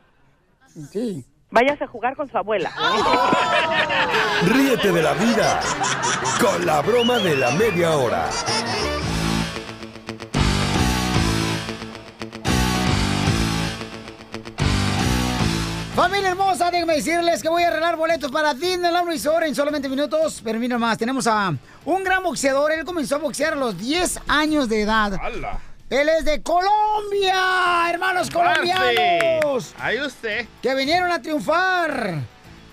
Sí. Váyase a jugar con su abuela. Ríete de la vida con la broma de la media hora. Familia hermosa, déjenme decirles que voy a arreglar boletos para Disneyland Resort en solamente minutos. Pero mira más, tenemos a un gran boxeador. Él comenzó a boxear a los 10 años de edad. Él es de Colombia, hermanos colombianos. Ahí usted. Que vinieron a triunfar.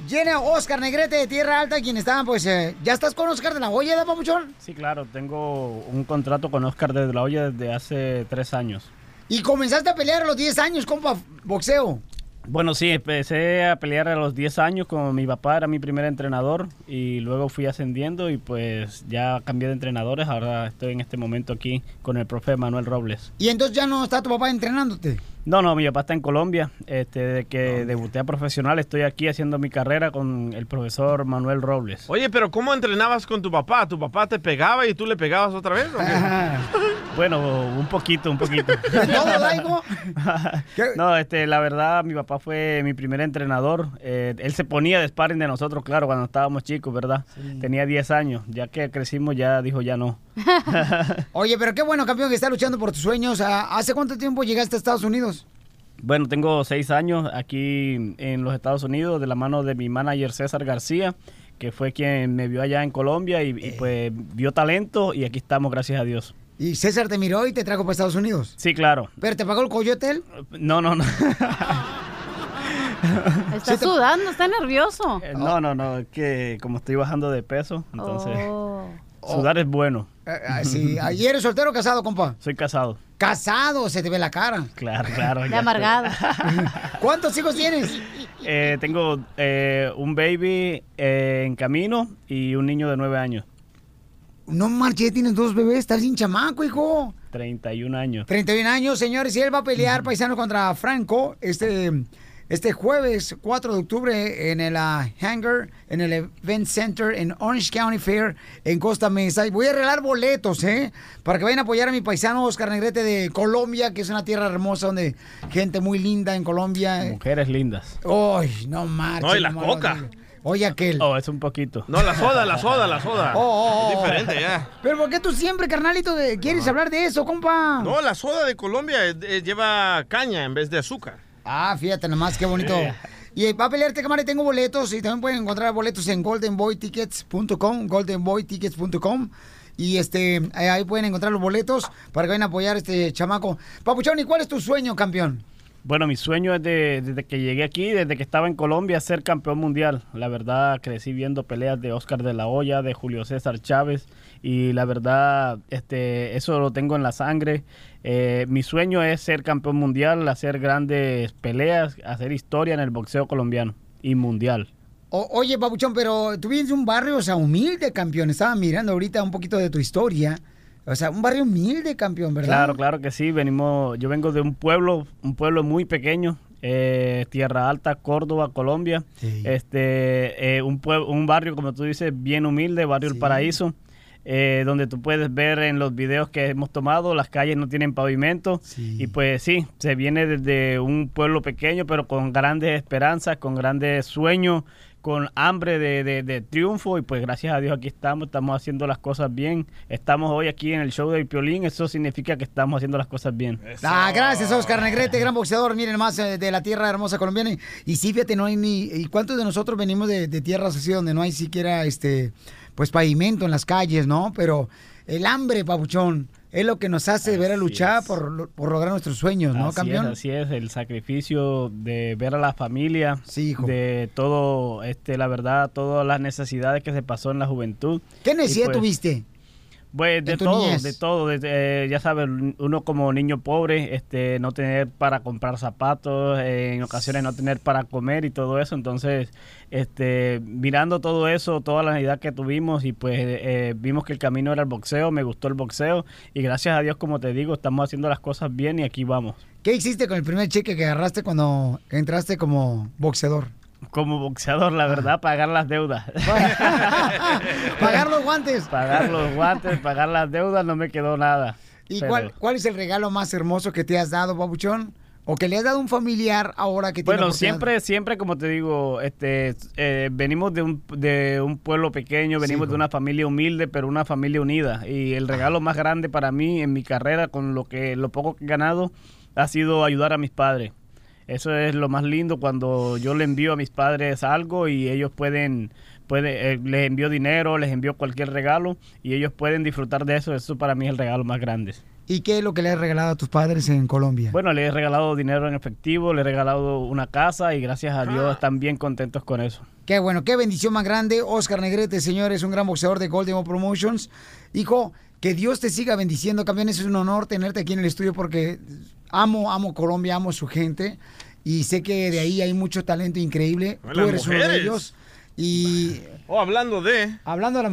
Llena Oscar Negrete de Tierra Alta, quien estaban, pues, eh, ya estás con Oscar de la Hoya, ¿da, papuchón? Sí, claro, tengo un contrato con Oscar desde la olla desde hace tres años. Y comenzaste a pelear a los 10 años, compa, boxeo. Bueno, sí, empecé a pelear a los 10 años con mi papá, era mi primer entrenador y luego fui ascendiendo y pues ya cambié de entrenadores, ahora estoy en este momento aquí con el profe Manuel Robles. Y entonces ya no está tu papá entrenándote. No, no, mi papá está en Colombia. Este, desde que debuté a profesional estoy aquí haciendo mi carrera con el profesor Manuel Robles. Oye, pero ¿cómo entrenabas con tu papá? ¿Tu papá te pegaba y tú le pegabas otra vez? o qué? (laughs) Bueno, un poquito, un poquito. no, este, la verdad, mi papá fue mi primer entrenador. Eh, él se ponía de sparring de nosotros, claro, cuando estábamos chicos, ¿verdad? Tenía 10 años. Ya que crecimos, ya dijo, ya no. Oye, pero qué bueno, campeón, que está luchando por tus sueños. Ah, ¿Hace cuánto tiempo llegaste a Estados Unidos? Bueno, tengo seis años aquí en los Estados Unidos de la mano de mi manager César García, que fue quien me vio allá en Colombia y, y, pues vio talento y aquí estamos, gracias a Dios. Eh. Y César te miró y te trajo para Estados Unidos. Sí, claro. ¿Pero te pagó el coyote él? (laughs) No, no, no. Está Sí te- sudando, está nervioso. Eh, No, no, no, es que como estoy bajando de peso, entonces Oh. sudar es bueno. Ah, (laughs) sí. ¿Y eres soltero o casado, compa? Soy casado. Casado, se te ve la cara. Claro, claro. De ya. amargado. ¿Cuántos hijos tienes? Eh, tengo eh, un baby eh, en camino y un niño de nueve años, (laughs) No marches, tienes dos bebés, estás sin chamaco, hijo. 31 años. 31 años, señores, y él va a pelear paisano contra Franco este, este jueves 4 de octubre en el ah, Hangar, en el Event Center en Orange County Fair, en Costa Mesa. Y voy a regalar boletos, ¿eh? Para que vayan a apoyar a mi paisano Oscar Negrete de Colombia, que es una tierra hermosa donde gente muy linda en Colombia. Mujeres lindas. Ay, no marches. No, y la no, coca. no, no. Oye, aquel. Oh, es un poquito. No, la soda, la soda, la soda. Oh, oh, oh. Es diferente ya. Pero ¿por qué tú siempre, carnalito, de- quieres hablar de eso, compa? No, la soda de Colombia eh, eh, lleva caña en vez de azúcar. (laughs) Ah, fíjate nomás, qué bonito. Y eh, va a pelearte, cámara, y tengo boletos. Y también pueden encontrar boletos en goldenboytickets.com, goldenboytickets.com. Y este, eh, ahí pueden encontrar los boletos para que vayan a apoyar a este chamaco. Papuchón, ¿y cuál es tu sueño, campeón? Bueno, mi sueño es de- desde que llegué aquí, desde que estaba en Colombia, ser campeón mundial. La verdad, crecí viendo peleas de Oscar de la Hoya, de Julio César Chávez, y la verdad, este, eso lo tengo en la sangre. Eh, mi sueño es ser campeón mundial, hacer grandes peleas, hacer historia en el boxeo colombiano y mundial. O- oye, Papuchón, pero tú vienes de un barrio, o sea, humilde, campeón. Estaba mirando ahorita un poquito de tu historia. O sea, un barrio humilde, campeón, ¿verdad? Claro, claro que sí. Venimos, yo vengo de un pueblo, un pueblo muy pequeño, eh, Tierra Alta, Córdoba, Colombia. Este, eh, un pue- un barrio como tú dices bien humilde, barrio El Paraíso. eh, donde tú puedes ver en los videos que hemos tomado, las calles no tienen pavimento y pues sí, se viene desde un pueblo pequeño pero con grandes esperanzas, con grandes sueños, con hambre de, de- de triunfo y pues gracias a Dios aquí estamos, estamos haciendo las cosas bien, estamos hoy aquí en el show del Piolín, eso significa que estamos haciendo las cosas bien. Ah, gracias, Oscar Negrete, gran boxeador, miren más eh, de la tierra hermosa colombiana. Y- Y sí, fíjate, no hay ni. ¿Y cuántos de nosotros venimos de, de tierras así donde no hay siquiera este pues pavimento en las calles, ¿no? Pero el hambre, pabuchón, es lo que nos hace ver a luchar por, lo- por lograr nuestros sueños, ¿no, así campeón? Es, así es, el sacrificio de ver a la familia, de todo, este, la verdad, todas las necesidades que se pasó en la juventud. ¿Qué Y necesidad pues, tuviste? Pues de en tu todo, niñez? de todo, de- eh, ya sabes, uno como niño pobre, este, no tener para comprar zapatos, eh, en ocasiones no tener para comer y todo eso, entonces, este, mirando todo eso, toda la necesidad que tuvimos y pues eh, vimos que el camino era el boxeo, me gustó el boxeo y gracias a Dios, como te digo, estamos haciendo las cosas bien y aquí vamos. ¿Qué hiciste con el primer cheque que agarraste cuando entraste como boxeador? Como boxeador, Ah. la verdad, pagar las deudas. pagar los guantes. Pagar los guantes, pagar las deudas, no me quedó nada. ¿Y Pero- cuál, cuál es el regalo más hermoso que te has dado, pabuchón? ¿O que le has dado a un familiar ahora que tiene Bueno, oportunidad? siempre, siempre, como te digo, este, eh, venimos de un, de un pueblo pequeño, venimos de una familia humilde, pero una familia unida. Y el regalo más grande para mí en mi carrera, con lo que lo poco que he ganado, ha sido ayudar a mis padres. Eso es lo más lindo cuando yo le envío a mis padres algo y ellos pueden, puede, eh, les envío dinero, les envío cualquier regalo y ellos pueden disfrutar de eso. Eso para mí es el regalo más grande. ¿Y qué es lo que le has regalado a tus padres en Colombia? Bueno, le he regalado dinero en efectivo, le he regalado una casa y gracias a Ah. Dios están bien contentos con eso. Qué bueno, qué bendición más grande. Oscar Negrete, señores, un gran boxeador de Golden Boy Promotions. Hijo, que Dios te siga bendiciendo. Campeón, es un honor tenerte aquí en el estudio porque amo, amo Colombia, amo su gente. Y sé que de ahí hay mucho talento increíble. Las Tú eres uno de mujeres. ellos. Y Oh, hablando de... hablando de las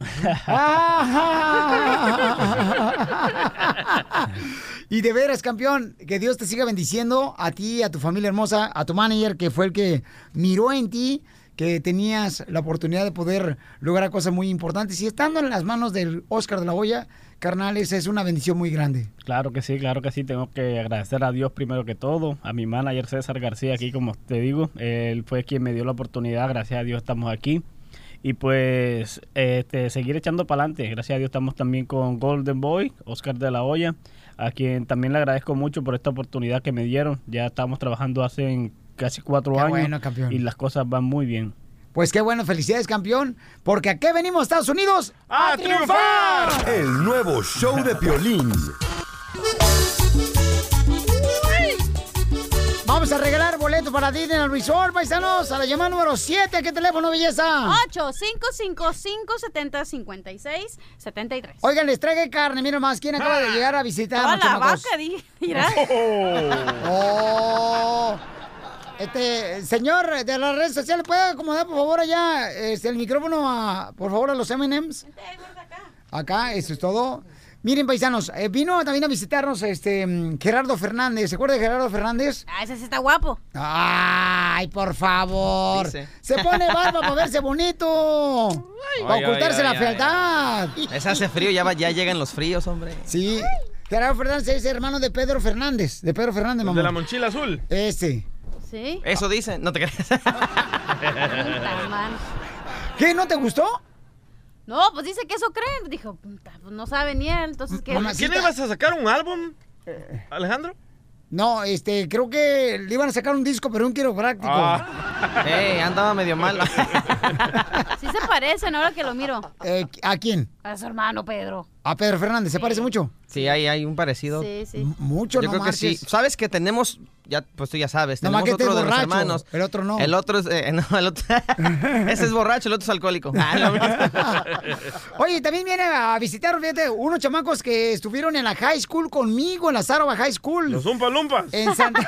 (laughs) ¡Ah! mujeres. Y de veras, campeón, que Dios te siga bendiciendo a ti, a tu familia hermosa, a tu manager, que fue el que miró en ti que tenías la oportunidad de poder lograr cosas muy importantes. Y estando en las manos del Oscar de la Hoya, carnal, esa es una bendición muy grande. Claro que sí, claro que sí. Tengo que agradecer a Dios primero que todo, a mi manager César García aquí, como te digo. Él fue quien me dio la oportunidad, gracias a Dios estamos aquí. Y pues este, seguir echando para adelante. Gracias a Dios estamos también con Golden Boy, Oscar de la Hoya, a quien también le agradezco mucho por esta oportunidad que me dieron. Ya estamos trabajando hace en casi cuatro Qué años bueno, campeón. y las cosas van muy bien. Pues qué bueno, felicidades, campeón, porque aquí venimos, Estados Unidos, a, triunfar. El nuevo show de Piolín. Vamos a regalar boletos para Disney al Resort, paisanos, a la llamada número 7. ¿Qué teléfono, belleza? 855-570-5673. Oigan, les traje carne, miren más, ¿quién acaba de llegar a visitar? Ah. Toda la vaca, di- dirá. Oh. Este, señor de las redes sociales, ¿puede acomodar, por favor, allá este, el micrófono, a, por favor, a los M&M's? Acá, eso es todo. Miren, paisanos, eh, vino también a visitarnos este mm, Gerardo Fernández. ¿Se acuerda de Gerardo Fernández? Ah, ese sí está guapo. Ay, por favor. Dice. Se pone barba para verse bonito. Para Oye, ocultarse oye, la oye, fealdad. Es hace frío, ya, va- ya llegan los fríos, hombre. Sí. Gerardo Fernández es hermano de Pedro Fernández. De Pedro Fernández, mamá. Este. de la mochila azul. Ese. Sí. Eso dicen, no te creas. ¿Qué? ¿No te gustó? No, pues dice que eso creen. Dijo, "Puta, pues no sabe ni él, entonces que... ¿Quién le ibas a sacar un álbum, Alejandro? No, este, creo que le iban a sacar un disco, pero un quiropráctico. Ah. (laughs) Ey, andaba medio mal. Sí se parecen ahora que lo miro. (laughs) Eh, ¿A quién? A su hermano Pedro. A Pedro Fernández, ¿se parece mucho? Sí, hay, hay un parecido. Sí, sí. M- mucho, Yo no creo que sí. marches. Sabes que tenemos, ya, pues tú ya sabes, Nomás tenemos que este otro de es los borracho, hermanos. el otro no. El otro es, eh, (laughs) no, el otro. Ese es borracho, el otro es alcohólico. Ah, (laughs) no. Oye, también viene a visitar, fíjate, unos chamacos que estuvieron en la high school conmigo, en la Sarova High School. Los Zumpa Lumpas. En (laughs) Santa...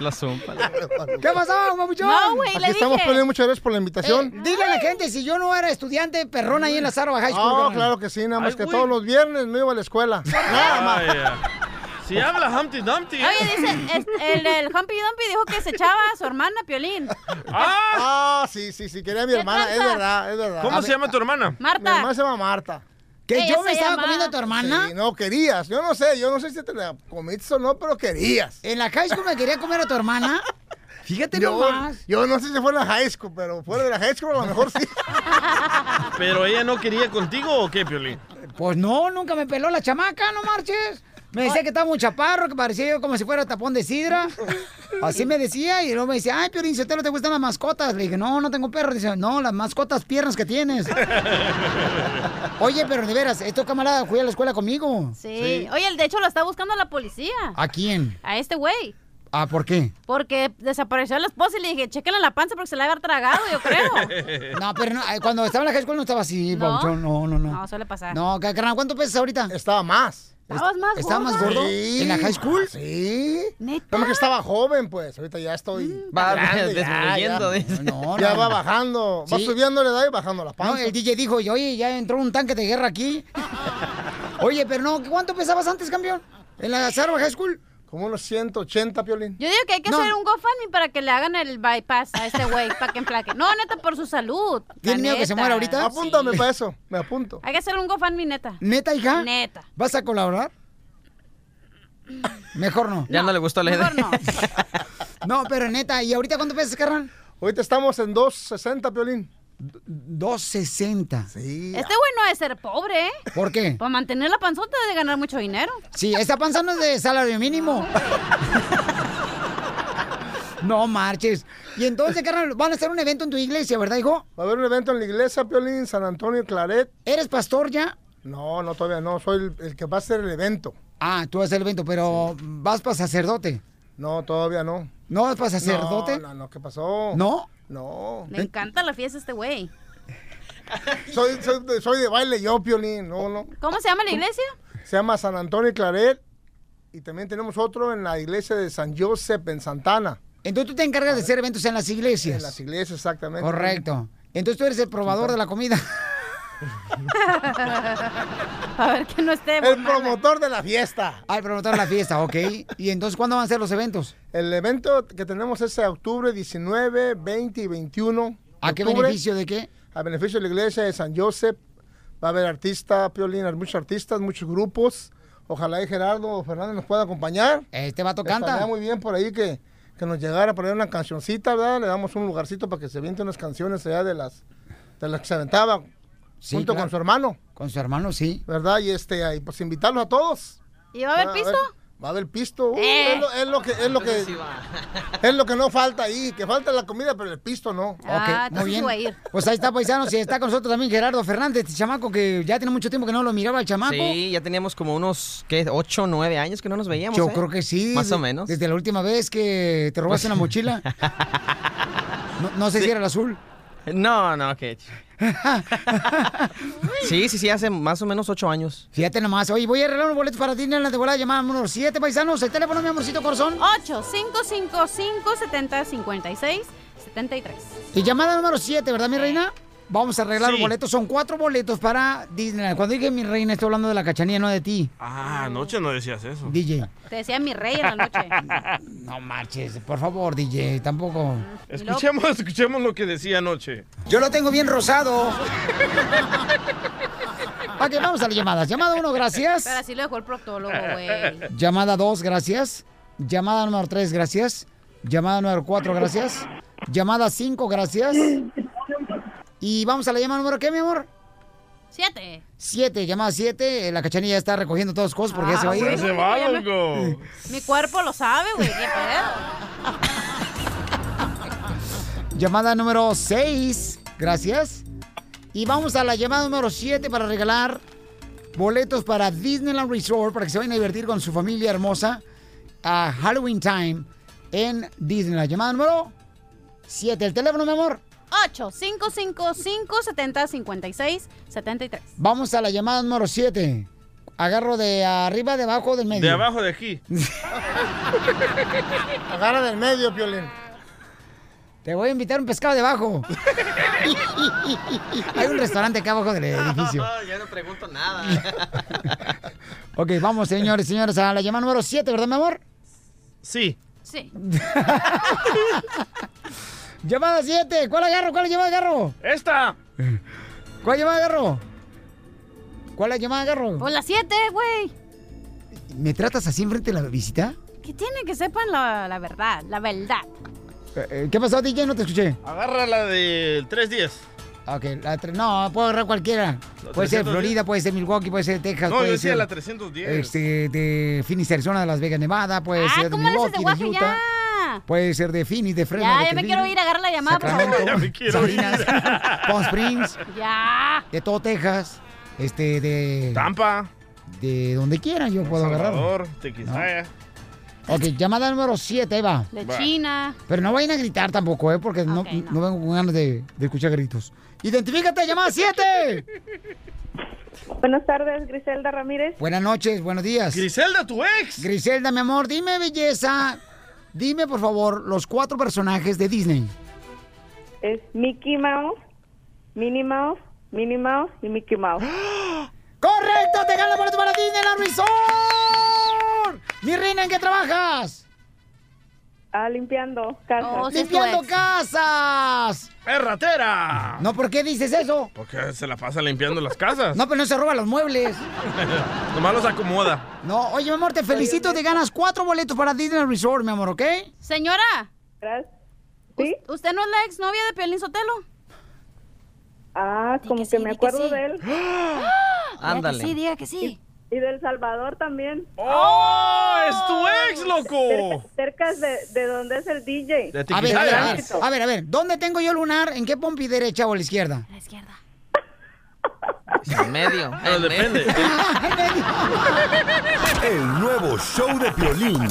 Los zumpa. ¿Qué pasó, mamuchón? No, güey, le Aquí estamos, dije. Piolín, muchas gracias por la invitación. dile a la gente, si yo no era estudiante perrón Eh, ahí en la Sarova High School. No, carnal. claro que sí, nada más Ay, que güey. todos los viernes no iba a la escuela. Nada más. Ay, ya. Si habla Humpty Dumpty. ¿eh? Oye, dice, es- el, el Humpy Dumpy dijo que se echaba a su hermana Piolín. Ah, sí, sí, sí, quería a mi ¿Qué hermana, es tranza? verdad, es verdad. ¿Cómo se llama tu hermana? Marta. Mi hermana se llama Marta. ¿Que Ella yo me se estaba llama- comiendo a tu hermana? Sí, no, querías. Yo no sé, yo no sé si te la comiste o no, pero querías. ¿En la high school me quería comer a (laughs) tu hermana? Fíjate yo, nomás. Yo no sé si fue en la high school, pero fuera de la high school a (laughs) lo mejor sí. ¿Pero ella no quería contigo o qué, Piolín? Pues no, nunca me peló la chamaca, no marches. Me decía que estaba muy chaparro, que parecía yo como si fuera tapón de sidra. Así me decía y luego me decía, ay, Piolín, Sotelo, ¿te gustan las mascotas? Le dije, no, no tengo perro. Dice, no, las mascotas piernas (laughs) que tienes. Oye, pero de veras, esto camarada fui a la escuela conmigo. Sí. Oye, el- de hecho lo está buscando la policía. ¿A quién? A este güey. ¿Ah, por qué? Porque desapareció la esposa y le dije, chéquenle la panza porque se la había tragado, yo creo. No, pero no, eh, cuando estaba en la high school no estaba así, ¿No? Pauchón, No, no, no. No, suele pasar. No, ca- carnal, ¿cuánto pesas ahorita? Estaba más. ¿Estabas más ¿Estaba gordo? más gordo? Sí. ¿En la high school? Sí. ¿Neta? Como que estaba joven, pues. Ahorita ya estoy. Va grande, ya, disminuyendo, ya. dice. Ya va bajando, va subiendo la edad y bajando la panza. No, el DJ dijo, y, oye, ya entró un tanque de (laughs) guerra aquí. oye, pero no, ¿cuánto pesabas antes, campeón? En la Sarva High School. Como unos 180, Piolín. Yo digo que hay que No. hacer un GoFundMe para que le hagan el bypass a este güey, para que emplaque. No, neta, por su salud. la neta. Apúntame Sí. para eso, me apunto. Hay que hacer un GoFundMe, neta. ¿Neta, hija? Neta. ¿Vas a colaborar? Mejor no. Ya no le gustó la idea. No, pero neta, ¿y ahorita cuánto pesas, carnal? Ahorita estamos en 260, Piolín. 260. Sí. Este güey no debe ser pobre, ¿eh? ¿Por qué? Para mantener la panzota de ganar mucho dinero. Sí, esta panza no es de (laughs) salario mínimo. No marches. Y entonces, carnal, van a hacer un evento en tu iglesia, ¿verdad, hijo? Va a haber un evento en la iglesia, Piolín, San Antonio Claret. ¿Eres pastor ya? No, no, todavía no. Soy el, el que va a hacer el evento. Ah, tú vas al evento, pero vas para sacerdote. No, todavía no. ¿No vas para sacerdote? No, no, no, ¿qué pasó? ¿No? No. ¿Eh? Le encanta la fiesta a este güey. Soy, soy de- soy de baile yo, Piolín. No, no. ¿Cómo se llama la iglesia? Se llama San Antonio Claret. Y también tenemos otro en la iglesia de San Josep, en Santana. Ah, Entonces tú te encargas de hacer eventos en las iglesias. En las iglesias, exactamente. Correcto. Entonces tú eres el probador de la comida. (laughs) A ver que no esté. El promotor de la fiesta. Ah, el promotor de la fiesta, ok. ¿Y entonces cuándo van a ser los eventos? El evento que tenemos es a octubre 19, 20 y 21. ¿A qué Octubre, beneficio de qué? A beneficio de la iglesia de San Joseph. Va a haber artistas, piolinas, muchos artistas, muchos grupos. Ojalá y Gerardo o Fernández nos pueda acompañar. Este vato Estaría canta. muy bien por ahí que, que nos llegara a poner una cancioncita, ¿verdad? Le damos un lugarcito para que se viente unas canciones allá de las, de las que se aventaba junto claro. con su hermano. Con su hermano, sí. ¿Verdad? Y este, ahí, pues invitarlos a todos. ¿Y va a haber pisto? Va Ah, a haber pisto. Uh, Eh. es, lo, es lo que es lo que es lo que no falta ahí, que falta la comida, pero el pisto no. (laughs) Ah, entonces sí voy a ir. Pues ahí está, paisanos. Y está con nosotros también Gerardo Fernández, este chamaco que ya tiene mucho tiempo que no lo miraba el chamaco. Sí, ya teníamos como unos, ¿qué? 8 o 9 años que no nos veíamos. Yo ¿eh? creo que sí. Más o de- menos. Desde la última vez que te robaste una mochila. No, no sé si era el azul. No, no, que. (laughs) (laughs) sí, sí, sí, hace más o menos 8 años. Fíjate nomás. Oye, voy a arreglar unos boletos para ti en la de volada. Llamada número 7, paisanos. El teléfono, mi amorcito corazón. 8-555-70-56-73. Y llamada número 7, ¿verdad, mi reina? Vamos a arreglar Sí. los boletos. Son cuatro boletos para Disneyland. Cuando dije mi reina, estoy hablando de la cachanilla, no de ti, Ah, anoche no decías eso. DJ. Te decía mi rey en la noche. No marches, por favor, DJ, tampoco. Escuchemos, escuchemos lo que decía anoche. Yo lo tengo bien (laughs) rosado. Ok, vamos a las llamadas. Llamada 1, gracias. Pero así lo dejó el proctólogo, güey. (laughs) Llamada 2, gracias. Llamada número 3, gracias. Llamada número 4, gracias. Llamada 5, gracias. Y vamos a la llamada número, ¿qué, mi amor? Siete. 7, llamada 7. La cachanilla ya está recogiendo todas sus cosas porque ya se va a ir. Ah, ya me- Mi cuerpo lo sabe, güey. ¿Qué pedo? Llamada número 6, gracias. Y vamos a la llamada número 7 para regalar boletos para Disneyland Resort para que se vayan a divertir con su familia hermosa a Halloween Time en Disneyland. Llamada número 7, el teléfono, mi amor. 8-555-70-56-73. Vamos a la llamada número 7. Agarro de arriba, de abajo, del medio. De abajo de aquí. Agarra del medio, Piolín. Te voy a invitar un pescado (laughs) de abajo. Hay un restaurante acá abajo (laughs) del edificio. (laughs) ya no pregunto nada. (laughs) Ok, vamos, señores, señores, a la llamada número 7, ¿verdad, mi amor? Sí. (laughs) Sí. (laughs) llamada 7, ¿cuál agarro? ¿Cuál llamada agarro? Esta. ¿Cuál llamada agarro? ¿Cuál la llamada agarro? Pues las siete, güey. ¿Me tratas así enfrente de la visita? Que tiene que sepan la, la verdad, la verdad. Eh, eh, ¿Qué pasó, DJ? No te escuché. Agarra la del 310. Ok, la tre- no, puedo agarrar cualquiera. La Puede ser 310. Florida, puede ser Milwaukee, puede ser Texas. No, yo puede decía ser, la 310. Este, de Phoenix, Arizona, de Las Vegas, Nevada, puede ser de Ah, ¿Cómo le haces Milwaukee, de de guacho Utah. ya? Puede ser de Phoenix, de Fresno, de Ya, ya me Teclino, quiero ir, agarra la llamada, por favor. Sacramento, Salinas, Palm Springs, (laughs) Ya. de todo Texas, este, de... Tampa. De donde quiera yo puedo agarrar. Salvador, Tequisaya. Ok, llamada número 7, ahí va. De China. Pero no vayan a gritar tampoco, ¿eh? Porque no, no vengo con ganas de, de escuchar gritos. ¡Identifícate, llamada 7! Buenas tardes, Griselda Ramírez. Buenas noches, buenos días. Griselda, tu ex. Griselda, mi amor, dime, belleza. Dime, por favor, los cuatro personajes de Disney. Es Mickey Mouse, Minnie Mouse, Minnie Mouse y Mickey Mouse. ¡Correcto! ¡Te gana boleto para Disneyland Resort! Mi reina, ¿en qué trabajas? Ah, limpiando casas. ¡Limpiando casas! ¡Es ratera! No, ¿por qué dices eso? Porque se la pasa limpiando las casas. No, pero no se roba los muebles. (laughs) Nomás los acomoda. No, oye, mi amor, te felicito, te ganas cuatro boletos para Disneyland Resort, mi amor, ¿ok? Señora. ¿Sí? ¿Us- ¿Usted no es la exnovia de Piolín Sotelo? Ah, como que, me acuerdo de él. Ándale. sí, diga ¡Ah! que sí. Y, y del Salvador también. ¡Oh! ¡Es tu ex, loco! Cerca, cerca de, de donde es el DJ. De A ver, a ver, a ver, a ver, a ver, ¿dónde tengo yo el lunar? ¿En qué pompi derecha o la izquierda? La izquierda. En medio. No, depende. El nuevo show de Piolín.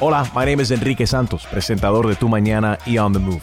Hola, my name is Enrique Santos, presentador de Tu Mañana y On the Move.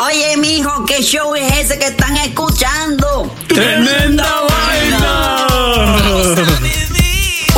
Oye, mijo, ¿qué show es ese que están escuchando? ¡Tremenda vaina!